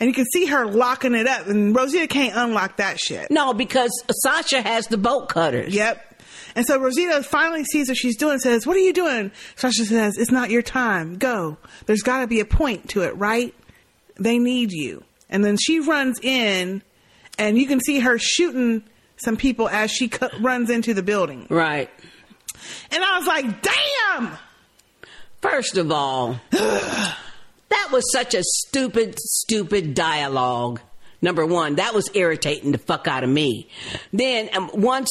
[SPEAKER 16] And you can see her locking it up and Rosita can't unlock that shit.
[SPEAKER 24] No, because Sasha has the bolt cutters.
[SPEAKER 16] Yep. And so Rosita finally sees what she's doing and says, What are you doing? Sasha says, It's not your time. Go. There's got to be a point to it, right? They need you. And then she runs in, and you can see her shooting some people as she co- runs into the building.
[SPEAKER 24] Right.
[SPEAKER 16] And I was like, Damn!
[SPEAKER 24] First of all, that was such a stupid, stupid dialogue. Number one, that was irritating the fuck out of me. Then um, once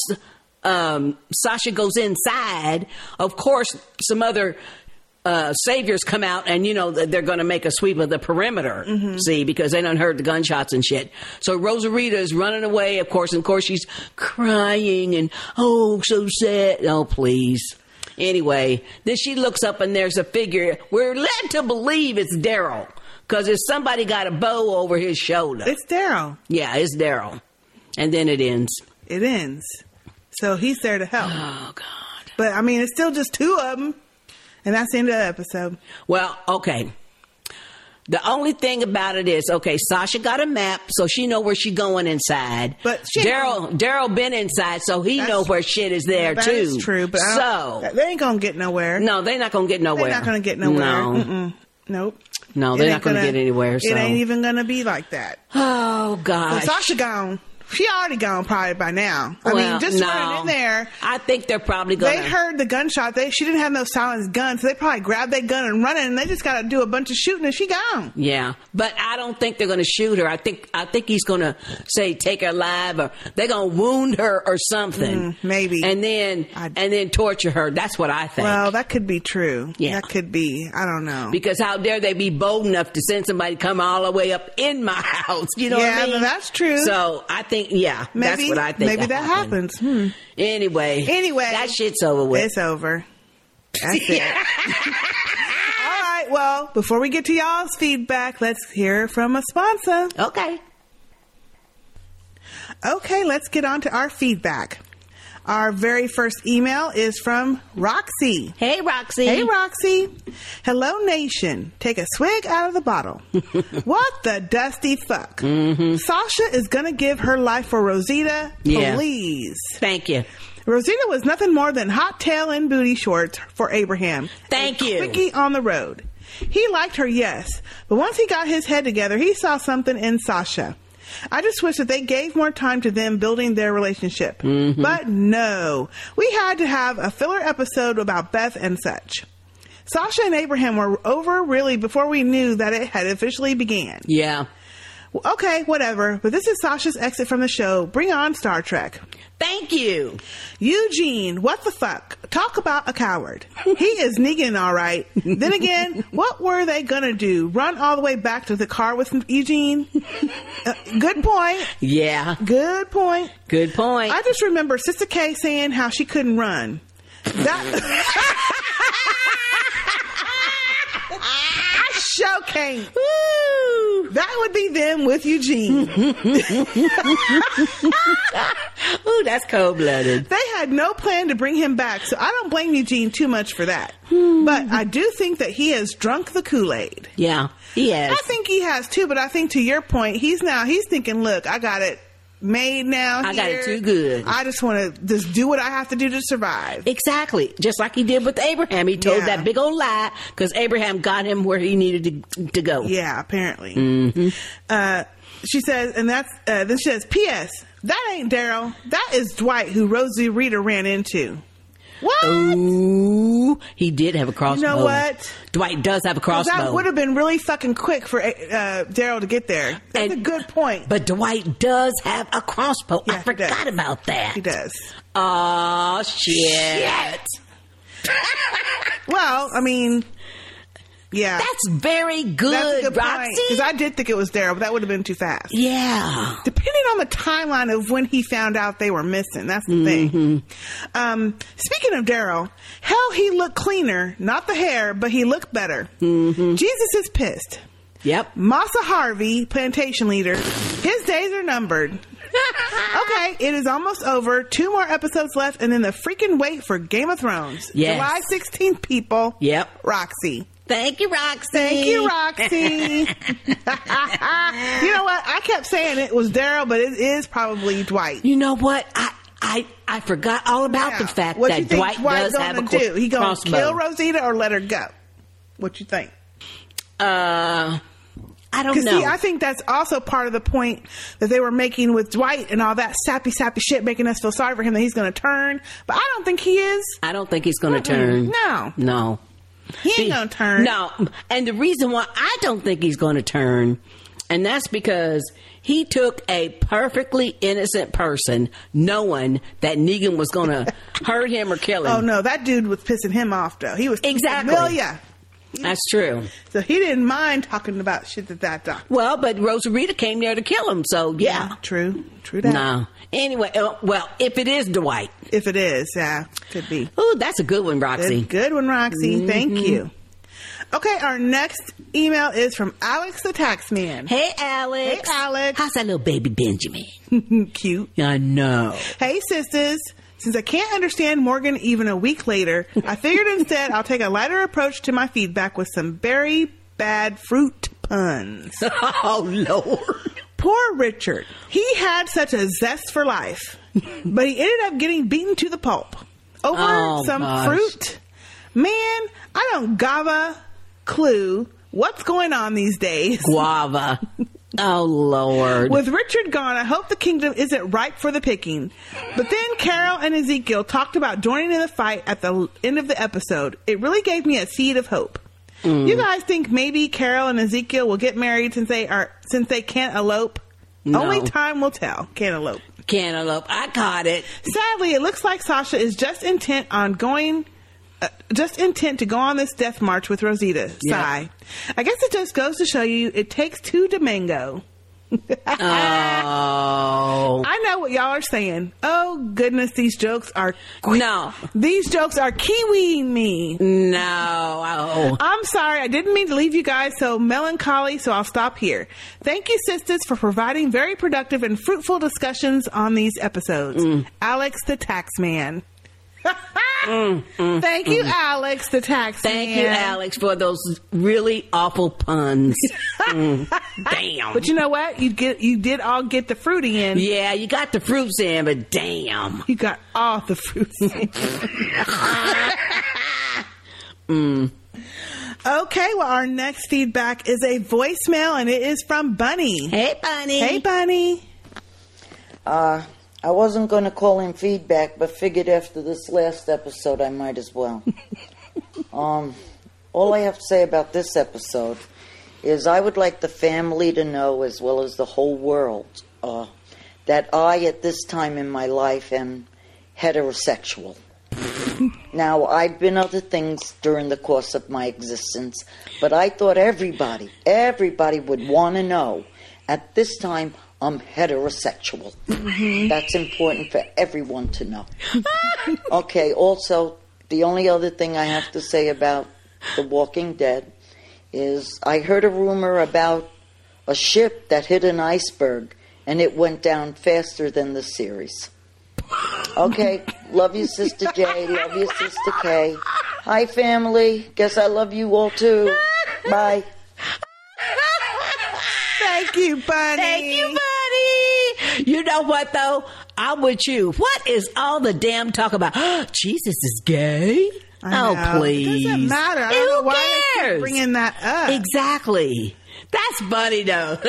[SPEAKER 24] um, Sasha goes inside, of course, some other uh, saviors come out, and you know that they're going to make a sweep of the perimeter. See, because they done heard the gunshots and shit. So Rosarita is running away, of course, and of course she's crying and oh, so sad. Oh, please. Anyway, then she looks up and there's a figure. We're led to believe it's Daryl because it's somebody got a bow over his shoulder. It's
[SPEAKER 16] Daryl.
[SPEAKER 24] Yeah, it's Daryl. And then it ends.
[SPEAKER 16] It ends. So he's there to help. Oh, God. But I mean, it's still just two of them. And that's the end of the episode.
[SPEAKER 24] Well, okay. The only thing about it is, okay, Sasha got a map, so she know where she going inside. But
[SPEAKER 16] she-
[SPEAKER 24] Daryl, Daryl been inside, so he know where shit is there
[SPEAKER 16] That
[SPEAKER 24] too.
[SPEAKER 16] is true, but I don't-
[SPEAKER 24] so
[SPEAKER 16] they ain't gonna get nowhere.
[SPEAKER 24] No, they not gonna get nowhere.
[SPEAKER 16] They're not going to get nowhere.
[SPEAKER 24] No,
[SPEAKER 16] Mm-mm. Nope.
[SPEAKER 24] no,
[SPEAKER 16] It
[SPEAKER 24] they're
[SPEAKER 16] ain't
[SPEAKER 24] not gonna,
[SPEAKER 16] gonna-
[SPEAKER 24] get anywhere.
[SPEAKER 16] It
[SPEAKER 24] so.
[SPEAKER 16] ain't even gonna be like that.
[SPEAKER 24] Oh
[SPEAKER 16] So
[SPEAKER 24] gosh.
[SPEAKER 16] Sasha gone. She already gone probably by now. I mean,
[SPEAKER 24] Well,
[SPEAKER 16] just
[SPEAKER 24] no.
[SPEAKER 16] running in there.
[SPEAKER 24] I think they're probably gonna.
[SPEAKER 16] They heard the gunshot. They she didn't have no silenced gun, so they probably grabbed that gun and running. And they just got to do a bunch of shooting, and she gone.
[SPEAKER 24] Yeah, but I don't think they're going to shoot her. I think I think he's going to say take her alive, or they're going to wound her or something,
[SPEAKER 16] Mm, maybe,
[SPEAKER 24] and then and then torture her. That's what I think.
[SPEAKER 16] Well, that could be true.
[SPEAKER 24] Yeah.
[SPEAKER 16] that could be. I don't know.
[SPEAKER 24] because how dare they be bold enough to send somebody come all the way up in my house? You know
[SPEAKER 16] Yeah,
[SPEAKER 24] what I mean?
[SPEAKER 16] that's true.
[SPEAKER 24] So I think, yeah, that's
[SPEAKER 16] Maybe-
[SPEAKER 24] what I think.
[SPEAKER 16] maybe that Hmm.
[SPEAKER 24] happens. Anyway,
[SPEAKER 16] Anyway,
[SPEAKER 24] that shit's over with.
[SPEAKER 16] It's over. That's it. All right. Well, before we get to y'all's feedback, let's hear from a sponsor.
[SPEAKER 24] Okay.
[SPEAKER 16] Okay, let's get on to our feedback. Our very first email is from Roxy.
[SPEAKER 24] Hey, Roxy.
[SPEAKER 16] Hey, Roxy. Hello, Nation. Take a swig out of the bottle. what the dusty fuck? Sasha is going to give her life for Rosita.
[SPEAKER 24] Mm-hmm. Yeah.
[SPEAKER 16] Please.
[SPEAKER 24] Thank you.
[SPEAKER 16] Rosita was nothing more than hot tail and booty shorts for Abraham.
[SPEAKER 24] Thank you.
[SPEAKER 16] Quickie on the road. He liked her, yes, but once he got his head together, he saw something in Sasha. I just wish that they gave more time to them building their relationship. But no, we had to have a filler episode about Beth and such. Sasha and Abraham were over really before we knew that it had officially began.
[SPEAKER 24] Yeah.
[SPEAKER 16] Well, okay, whatever. But this is Sasha's exit from the show. Bring on Star Trek.
[SPEAKER 24] Thank you.
[SPEAKER 16] Eugene, what the fuck? Talk about a coward. He is Negan, all right. Then again, what were they gonna do? Run all the way back to the car with Eugene? Uh, good point.
[SPEAKER 24] Yeah.
[SPEAKER 16] Good point.
[SPEAKER 24] Good point.
[SPEAKER 16] I just remember Sister K saying how she couldn't run. That. I sure can't. Woo! That would be them with Eugene.
[SPEAKER 24] Ooh, that's cold blooded.
[SPEAKER 16] They had no plan to bring him back, so I don't blame Eugene too much for that. but I do think that he has drunk the Kool Aid.
[SPEAKER 24] Yeah, he has.
[SPEAKER 16] I think he has too, but I think to your point, he's now he's thinking, look, I got it made now.
[SPEAKER 24] I got it
[SPEAKER 16] here.
[SPEAKER 24] too good.
[SPEAKER 16] I just want to just do what I have to do to survive.
[SPEAKER 24] Exactly. Just like he did with Abraham. He told
[SPEAKER 16] Yeah.
[SPEAKER 24] that big old lie because Abraham got him where he needed to, to go.
[SPEAKER 16] Yeah, apparently.
[SPEAKER 24] Mhm.
[SPEAKER 16] Uh, she says, and that's uh, then she says, "P.S. That ain't Daryl. That is Dwight, who Rosie Rita ran into." What?
[SPEAKER 24] Ooh, he did have a crossbow.
[SPEAKER 16] know what?
[SPEAKER 24] Dwight does have a
[SPEAKER 16] 'Cause
[SPEAKER 24] crossbow.
[SPEAKER 16] That would have been really fucking quick for uh, Daryl to get there. That's a good point.
[SPEAKER 24] But Dwight does have a crossbow. I forgot about that. He
[SPEAKER 16] does.
[SPEAKER 24] Oh shit.
[SPEAKER 16] well, I mean, yeah,
[SPEAKER 24] that's very good,
[SPEAKER 16] That's a good
[SPEAKER 24] Roxy.
[SPEAKER 16] Because I did think it was Daryl, but that would have been too fast.
[SPEAKER 24] Yeah.
[SPEAKER 16] Depending on the timeline of when he found out they were missing, that's the
[SPEAKER 24] Mm-hmm.
[SPEAKER 16] thing. Um, speaking of Daryl, hell, he looked cleaner. Not the hair, but he looked better.
[SPEAKER 24] Mm-hmm.
[SPEAKER 16] Jesus is pissed.
[SPEAKER 24] Yep.
[SPEAKER 16] Massa Harvey, plantation leader, his days are numbered. okay, it is almost over. Two more episodes left, and then the freaking wait for Game of Thrones.
[SPEAKER 24] Yes.
[SPEAKER 16] July 16th, people.
[SPEAKER 24] Yep.
[SPEAKER 16] Roxy.
[SPEAKER 24] Thank you, Roxy.
[SPEAKER 16] Thank you, Roxy. you know what? I kept saying it was Daryl, but it is probably Dwight.
[SPEAKER 24] You know what? I I I forgot all about the fact
[SPEAKER 16] What
[SPEAKER 24] that
[SPEAKER 16] you think
[SPEAKER 24] Dwight
[SPEAKER 16] Dwight's
[SPEAKER 24] does have a
[SPEAKER 16] gonna
[SPEAKER 24] cro-
[SPEAKER 16] do? He gonna
[SPEAKER 24] crossbow.
[SPEAKER 16] kill Rosita or let her go? What you think?
[SPEAKER 24] Uh, I don't
[SPEAKER 16] 'Cause,
[SPEAKER 24] know.
[SPEAKER 16] See, I think that's also part of the point that they were making with Dwight and all that sappy, sappy shit, making us feel sorry for him that he's going to turn. But I don't think he is.
[SPEAKER 24] I don't think he's going
[SPEAKER 16] Mm-mm.
[SPEAKER 24] to turn.
[SPEAKER 16] No.
[SPEAKER 24] No.
[SPEAKER 16] He ain't gonna turn.
[SPEAKER 24] No. And the reason why I don't think he's going to turn, and that's because he took a perfectly innocent person knowing that Negan was going to hurt him or kill him.
[SPEAKER 16] Oh no, that dude was pissing him off though. He was
[SPEAKER 24] Exactly.
[SPEAKER 16] yeah.
[SPEAKER 24] That's true.
[SPEAKER 16] So he didn't mind talking about shit that that done.
[SPEAKER 24] Well, but Rosarita came there to kill him, so yeah.
[SPEAKER 16] true. True that.
[SPEAKER 24] No. Anyway, uh, well, if it is Dwight.
[SPEAKER 16] If it is, yeah, could be.
[SPEAKER 24] Ooh, that's a good one, Roxy.
[SPEAKER 16] Good, good one, Roxy. Thank
[SPEAKER 24] Mhm.
[SPEAKER 16] you. Okay, our next email is from Alex the Tax Man.
[SPEAKER 24] Hey, Alex.
[SPEAKER 16] Hey, Alex.
[SPEAKER 24] How's that little baby Benjamin?
[SPEAKER 16] Cute.
[SPEAKER 24] I know.
[SPEAKER 16] Hey, sisters. Since I can't understand Morgan even a week later, I figured instead I'll take a lighter approach to my feedback with some very bad fruit puns.
[SPEAKER 24] oh, Lord.
[SPEAKER 16] Poor Richard. He had such a zest for life, but he ended up getting beaten to the pulp over
[SPEAKER 24] Oh,
[SPEAKER 16] some
[SPEAKER 24] gosh.
[SPEAKER 16] fruit. Man, I don't gava clue what's going on these days.
[SPEAKER 24] Guava. Oh, Lord.
[SPEAKER 16] With Richard gone, I hope the kingdom isn't ripe for the picking. But then Carol and Ezekiel talked about joining in the fight at the l- end of the episode. It really gave me a seed of hope. You guys think maybe Carol and Ezekiel will get married since they are since they can't elope?
[SPEAKER 24] No.
[SPEAKER 16] Only time will tell. Can't elope.
[SPEAKER 24] Cantaloupe. I caught it.
[SPEAKER 16] Sadly, it looks like Sasha is just intent on going, uh, just intent to go on this death march with Rosita. Sigh. I guess it just goes to show you it takes two to mango.
[SPEAKER 24] Oh.
[SPEAKER 16] I know what y'all are saying. Oh goodness, these jokes are
[SPEAKER 24] no.
[SPEAKER 16] These jokes are kiwi me.
[SPEAKER 24] No. Oh.
[SPEAKER 16] I'm sorry, I didn't mean to leave you guys so melancholy, so I'll stop here. Thank you, sisters, for providing very productive and fruitful discussions on these episodes.
[SPEAKER 24] Mm.
[SPEAKER 16] Alex the Tax Man. Thank you,
[SPEAKER 24] mm.
[SPEAKER 16] Alex the Tax
[SPEAKER 24] Thank
[SPEAKER 16] Man.
[SPEAKER 24] you, Alex, for those really awful puns. Mm. Damn.
[SPEAKER 16] But you know what? You get you did all get the fruity in.
[SPEAKER 24] yeah, you got the fruits in, but damn.
[SPEAKER 16] You got all the fruits in.
[SPEAKER 24] Mm.
[SPEAKER 16] Okay, well, our next feedback is a voicemail, and it is from Bunny.
[SPEAKER 24] Hey, Bunny.
[SPEAKER 16] Hey, Bunny.
[SPEAKER 7] Uh, I wasn't going to call in feedback, but figured after this last episode, I might as well. um, all I have to say about this episode
[SPEAKER 4] is I would like the family to know, as well as the whole world, uh, that I, at this time in my life, am heterosexual. now, I've been other things during the course of my existence, but I thought everybody, everybody would want to know. At this time, I'm heterosexual. That's important for everyone to know. okay, also, the only other thing I have to say about The Walking Dead is I heard a rumor about a ship that hit an iceberg and it went down faster than the series. Okay, love you, Sister J. Love you, Sister K.
[SPEAKER 21] Ah!
[SPEAKER 4] Hi, family. Guess I love you all too. Bye.
[SPEAKER 16] Thank you, Bunny.
[SPEAKER 24] Thank you, Bunny. You know what, though? I'm with you. What is all the damn talk about? Jesus is gay?
[SPEAKER 16] I know.
[SPEAKER 24] Oh, please.
[SPEAKER 16] It doesn't matter. I don't
[SPEAKER 24] Who
[SPEAKER 16] know why they keep
[SPEAKER 24] cares?
[SPEAKER 16] bringing that up.
[SPEAKER 24] Exactly. That's Bunny, though.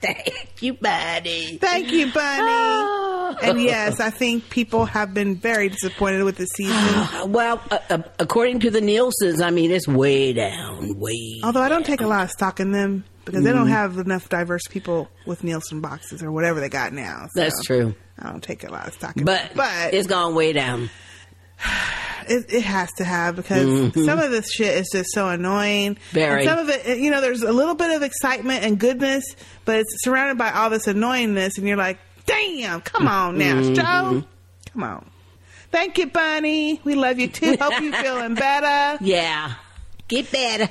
[SPEAKER 24] Thank you, Bunny.
[SPEAKER 16] Thank you,
[SPEAKER 24] Ah.
[SPEAKER 16] Bunny. and yes, I think people have been very disappointed with the season.
[SPEAKER 24] well, uh, uh, according to the Nielsen's, I mean, it's way down, way
[SPEAKER 16] Although I don't take a lot of stock in them because they don't
[SPEAKER 24] Mm.
[SPEAKER 16] have enough diverse people with Nielsen boxes or whatever they got now. So
[SPEAKER 24] That's true.
[SPEAKER 16] I don't take a lot of stock in
[SPEAKER 24] But, but it's gone way down.
[SPEAKER 16] it, it has to have because
[SPEAKER 24] Mhm.
[SPEAKER 16] some of this shit is just so annoying.
[SPEAKER 24] Very.
[SPEAKER 16] And some of it, you know, there's a little bit of excitement and goodness, but it's surrounded by all this annoyingness, and you're like, damn, come on now,
[SPEAKER 24] Mhm.
[SPEAKER 16] Joe. Come on. Thank you, Bunny. We love you too. Hope you're feeling better.
[SPEAKER 24] Yeah. Get better.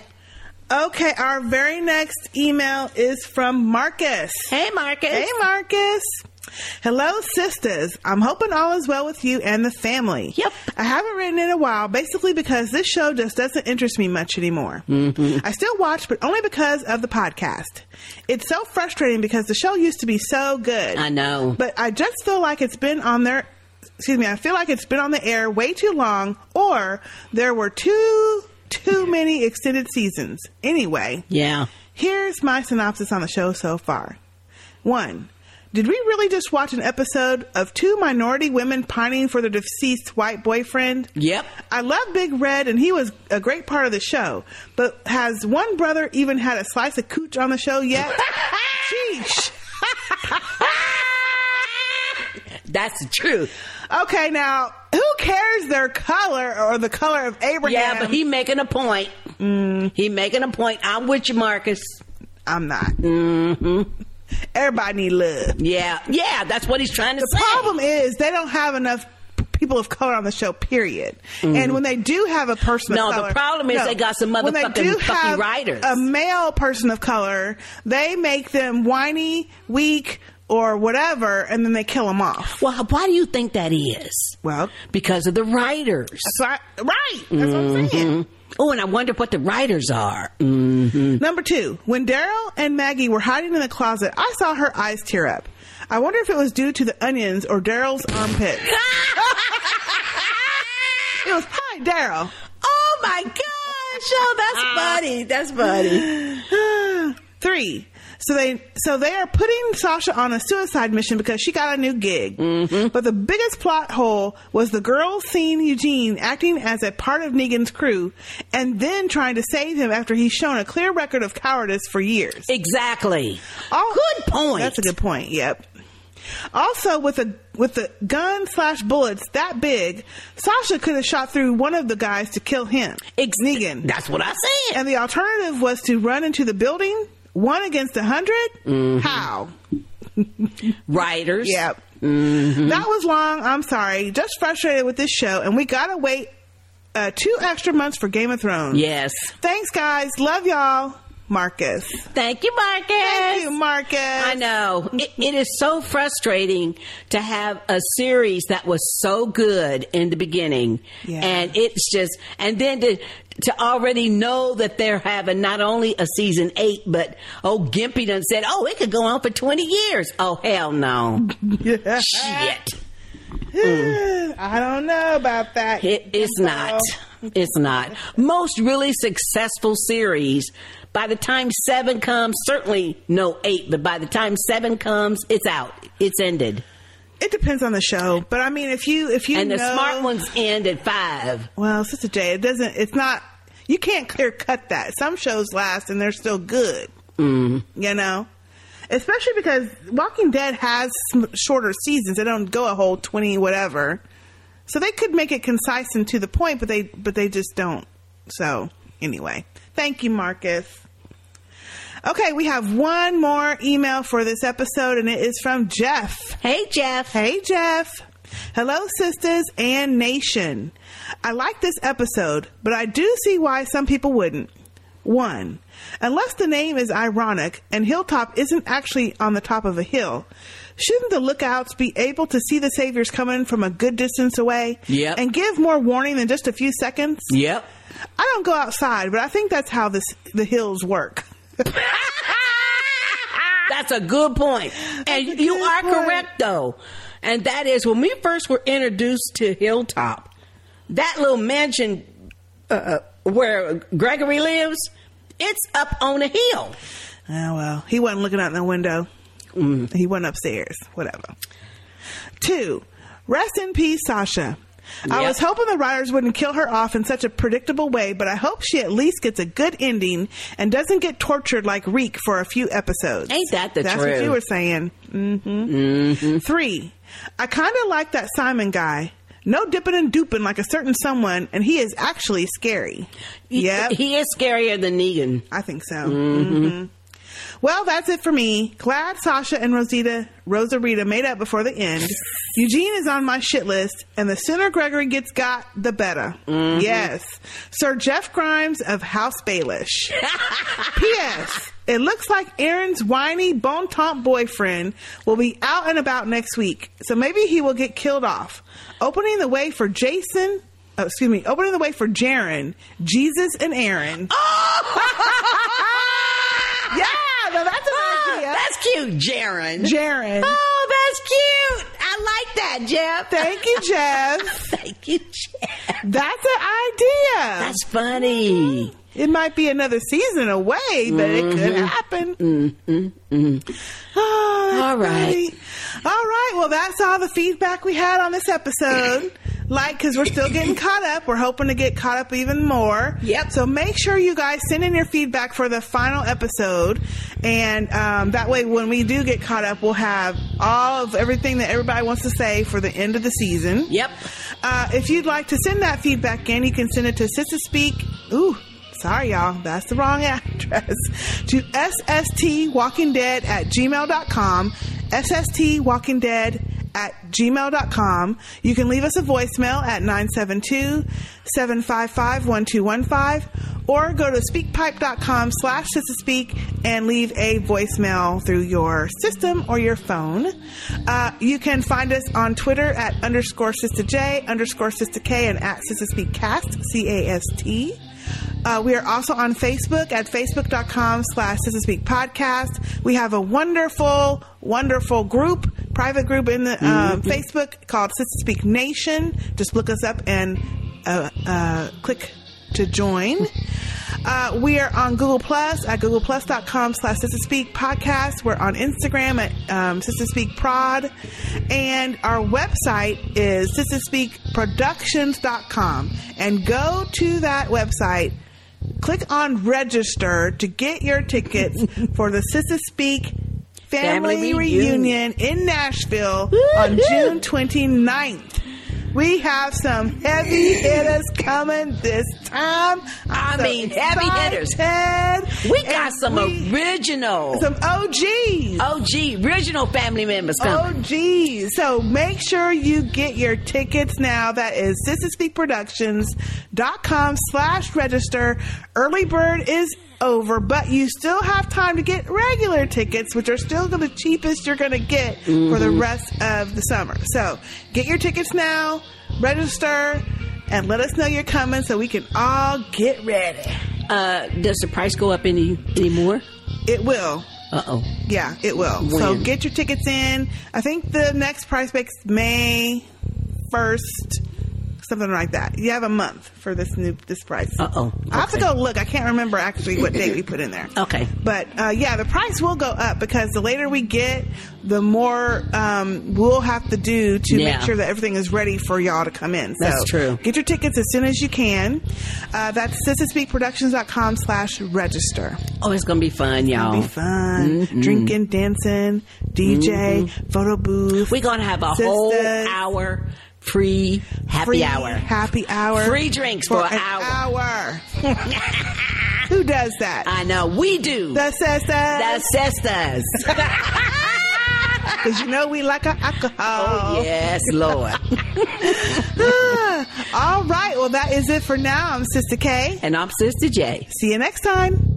[SPEAKER 16] Okay, our very next email is from Marcus.
[SPEAKER 24] Hey, Marcus.
[SPEAKER 16] Hey, Marcus. Hello, sisters. I'm hoping all is well with you and the family. Yep. I haven't written in a while, basically because this show just doesn't interest me much anymore. I still watch, but only because of the podcast. It's so frustrating because the show used to be so good.
[SPEAKER 24] I know.
[SPEAKER 16] But I just feel like it's been on their. Excuse me. I feel like it's been on the air way too long, or there were too too many extended seasons. Anyway,
[SPEAKER 24] Yeah.
[SPEAKER 16] Here's my synopsis on the show so far. One, did we really just watch an episode of two minority women pining for their deceased white boyfriend?
[SPEAKER 24] Yep.
[SPEAKER 16] I love Big Red, and he was a great part of the show, but has one brother even had a slice of cooch on the show yet? Sheesh.
[SPEAKER 24] That's the truth.
[SPEAKER 16] Okay, now, who cares their color or the color of Abraham?
[SPEAKER 24] Yeah, but he making a point. He making a point. I'm with you, Marcus.
[SPEAKER 16] I'm not.
[SPEAKER 24] hmm
[SPEAKER 16] Everybody need love.
[SPEAKER 24] Yeah, yeah, that's what he's trying to
[SPEAKER 16] the
[SPEAKER 24] say.
[SPEAKER 16] problem is they don't have enough people of color on the show. Period.
[SPEAKER 24] Mhm.
[SPEAKER 16] And when they do have a person,
[SPEAKER 24] No,
[SPEAKER 16] of
[SPEAKER 24] the
[SPEAKER 16] color,
[SPEAKER 24] problem is they got some
[SPEAKER 16] When they
[SPEAKER 24] motherfucking
[SPEAKER 16] do
[SPEAKER 24] fucking
[SPEAKER 16] have
[SPEAKER 24] writers.
[SPEAKER 16] A male person of color, they make them whiny, weak, or whatever, and then they kill them off.
[SPEAKER 24] Well, why do you think that is?
[SPEAKER 16] Well,
[SPEAKER 24] because of the writers.
[SPEAKER 16] right. That's what I'm saying.
[SPEAKER 24] Oh, and I wonder what the writers are. hmm
[SPEAKER 16] Number two, when Daryl and Maggie were hiding in the closet, I saw her eyes tear up. I wonder if it was due to the onions or Daryl's armpit. it was probably Daryl.
[SPEAKER 24] Oh my gosh! Oh, that's funny. That's
[SPEAKER 16] funny. Uh, Three. So they so they are putting Sasha on a suicide mission because she got a new gig.
[SPEAKER 24] Mm-hmm.
[SPEAKER 16] But the biggest plot hole was the girl seeing Eugene acting as a part of Negan's crew and then trying to save him after he's shown a clear record of cowardice for years.
[SPEAKER 24] Exactly.
[SPEAKER 16] good point. Oh, That's a good point. Yep. Also, with a with the gun slash bullets that big, Sasha could have shot through one of the guys to kill him.
[SPEAKER 24] Ex-
[SPEAKER 16] Negan.
[SPEAKER 24] That's what I said.
[SPEAKER 16] And the alternative was to run into the building, one against a 100
[SPEAKER 24] Mm-hmm.
[SPEAKER 16] How?
[SPEAKER 24] Writers.
[SPEAKER 16] Yep.
[SPEAKER 24] Mm-hmm.
[SPEAKER 16] That was long. I'm sorry. Just frustrated with this show, and we gotta wait uh, two extra months for Game of Thrones.
[SPEAKER 24] Yes.
[SPEAKER 16] Thanks, guys. Love y'all, Marcus.
[SPEAKER 24] Thank you, Marcus. Thank you,
[SPEAKER 16] Marcus.
[SPEAKER 24] I know. It, it is so frustrating to have a series that was so good in the beginning.
[SPEAKER 16] Yeah.
[SPEAKER 24] And it's just, and then to, to already know that they're having not only a season eight, but oh, Gimpy done said, oh, it could go on for 20 years. Oh, hell no. Shit.
[SPEAKER 16] I don't know about that.
[SPEAKER 24] Mm. It is not. It's not. Most really successful series, by the time seven comes, certainly no eight, but by the time seven comes, it's out. It's ended.
[SPEAKER 16] It depends on the show, but I mean, if you if you
[SPEAKER 24] and the
[SPEAKER 16] know-
[SPEAKER 24] smart ones end at five.
[SPEAKER 16] Well, Sister J, it doesn't. It's not. You can't clear cut that. Some shows last and they're still good.
[SPEAKER 10] Mm.
[SPEAKER 24] Mm-hmm.
[SPEAKER 16] You know, especially because Walking Dead has sm- shorter seasons. They don't go a whole twenty whatever, so they could make it concise and to the point, but they but they just don't. So anyway, thank you, Marcus. Okay, we have one more email for this episode, and it is from Jeff.
[SPEAKER 10] Hey, Jeff.
[SPEAKER 16] Hey, Jeff. Hello, sisters and nation. I like this episode, but I do see why some people wouldn't. One, unless the name is ironic and Hilltop isn't actually on the top of a hill, shouldn't the lookouts be able to see the saviors coming from a good distance away
[SPEAKER 10] Yep.
[SPEAKER 16] and give more warning than just a few seconds?
[SPEAKER 10] Yep.
[SPEAKER 16] I don't go outside, but I think that's how this, the hills work.
[SPEAKER 10] That's a good point. And you are correct though. And that is when we first were introduced to Hilltop, that little mansion uh, where Gregory lives, it's up on a hill.
[SPEAKER 16] Oh well, he wasn't looking out the window.
[SPEAKER 10] Mm.
[SPEAKER 16] He went upstairs. Whatever. Two. Rest in peace, Sasha. I
[SPEAKER 10] Yep.
[SPEAKER 16] was hoping the writers wouldn't kill her off in such a predictable way, but I hope she at least gets a good ending and doesn't get tortured like Reek for a few episodes.
[SPEAKER 10] Ain't that the
[SPEAKER 16] That's
[SPEAKER 10] truth? Mm-hmm.
[SPEAKER 16] what you were saying. hmm Three. I kind of like that Simon guy. No dipping and duping like a certain someone, and he is actually scary. Yeah,
[SPEAKER 10] he is scarier than Negan.
[SPEAKER 16] I think so.
[SPEAKER 10] Mhm.
[SPEAKER 16] Mhm. Well, that's it for me. Glad Sasha and Rosita Rosarita made up before the end. Eugene is on my shit list, and the sooner Gregory gets got, the better.
[SPEAKER 10] Mhm.
[SPEAKER 16] Yes. Sir Jeff Grimes of House Baelish. P.S. It looks like Aaron's whiny bon ton boyfriend will be out and about next week, so maybe he will get killed off, opening the way for Jason. Oh, excuse me, opening the way for Jaron, Jesus, and Aaron. yeah, no, that's an idea.
[SPEAKER 10] That's cute, Jaron.
[SPEAKER 16] Jaron.
[SPEAKER 24] Ah!
[SPEAKER 10] Oh, that's cute. I like that, Jeff.
[SPEAKER 16] Thank you, Jeff.
[SPEAKER 10] Thank you, Jeff.
[SPEAKER 16] That's an idea. That's
[SPEAKER 10] funny.
[SPEAKER 16] It might be another season away, but it could
[SPEAKER 10] Mhm.
[SPEAKER 16] happen.
[SPEAKER 10] Mm, mm, mm.
[SPEAKER 16] all
[SPEAKER 10] right.
[SPEAKER 16] All right. Well, that's all the feedback we had on this episode. Like, because we're still getting caught up. We're hoping to get caught up even more. Yep. So make sure you guys send in your feedback for the final episode. And um, that way, when we do get caught up, we'll have all of everything that everybody wants to say for the end of the season.
[SPEAKER 10] Yep.
[SPEAKER 16] Uh, if you'd like to send that feedback in, you can send it to Sister Speak. Ooh. Sorry, y'all. That's the wrong address. To sstwalkingdead at gmail.com. sstwalkingdead at gmail.com. You can leave us a voicemail at 972-755-1215 or go to speakpipe.com slash sister speak and leave a voicemail through your system or your phone. Uh, you can find us on Twitter at underscore sister J, underscore sister K, and at sister speak cast, C-A-S-T. Uh, we are also on Facebook at facebook.com slash Sister Speak Podcast. We have a wonderful, wonderful group, private group in the uh,
[SPEAKER 10] Mhm.
[SPEAKER 16] Facebook called Sister Speak Nation. Just look us up and uh, uh, click to join. Uh, we are on Google Plus at googleplus.com slash Sister Speak Podcast. We're on Instagram at um, Sister Speak Prod. And our website is sisterspeakproductions.com. And go to that website, click on register to get your tickets for the Sister Speak Family,
[SPEAKER 10] Family
[SPEAKER 16] reunion. in Nashville on June 29th. We have some heavy hitters coming this time.
[SPEAKER 10] I mean, heavy hitters.
[SPEAKER 16] hitters.
[SPEAKER 10] We got some original.
[SPEAKER 16] Some OGs.
[SPEAKER 10] OG, original family members coming.
[SPEAKER 16] Oh, geez. So make sure you get your tickets now. That is sisterspeakproductions.com slash register. Early bird is over, but you still have time to get regular tickets, which are still the cheapest you're going to get for the
[SPEAKER 10] Mhm.
[SPEAKER 16] rest of the summer. So get your tickets now, register, and let us know you're coming so we can all get ready.
[SPEAKER 10] Uh, does the price go up any anymore?
[SPEAKER 16] It will.
[SPEAKER 10] Uh oh.
[SPEAKER 16] Yeah, it will. So
[SPEAKER 10] When?
[SPEAKER 16] get your tickets in. I think the next price breaks May first, something like that. You have a month for this new this price.
[SPEAKER 24] Uh oh.
[SPEAKER 16] I have to go look. I can't remember actually what date we put in there.
[SPEAKER 24] Okay.
[SPEAKER 16] But uh, yeah, the price will go up because the later we get, the more um, we'll have to do to
[SPEAKER 24] Yeah.
[SPEAKER 16] make sure that everything is ready for y'all to come in.
[SPEAKER 24] That's true.
[SPEAKER 16] Get your tickets as soon as you can. Uh, that's sisterspeakproductions.com slash register.
[SPEAKER 24] Oh, it's gonna be fun, y'all. Mm-hmm.
[SPEAKER 16] be fun.
[SPEAKER 24] Mm-mm.
[SPEAKER 16] Drinking, dancing, DJ, photo booth.
[SPEAKER 24] We're Mm-hmm. gonna have a whole hour free happy
[SPEAKER 16] Free
[SPEAKER 24] hour.
[SPEAKER 16] Happy hour.
[SPEAKER 24] Free drinks for, an hour. Um,
[SPEAKER 16] Who does that?
[SPEAKER 24] I know we do.
[SPEAKER 16] The sisters. The
[SPEAKER 24] sisters.
[SPEAKER 16] Because you know we like our alcohol. Oh,
[SPEAKER 24] yes, Lord.
[SPEAKER 16] All right. Well, that is it for now. I'm Sister K.
[SPEAKER 24] And I'm Sister J.
[SPEAKER 16] See you next time.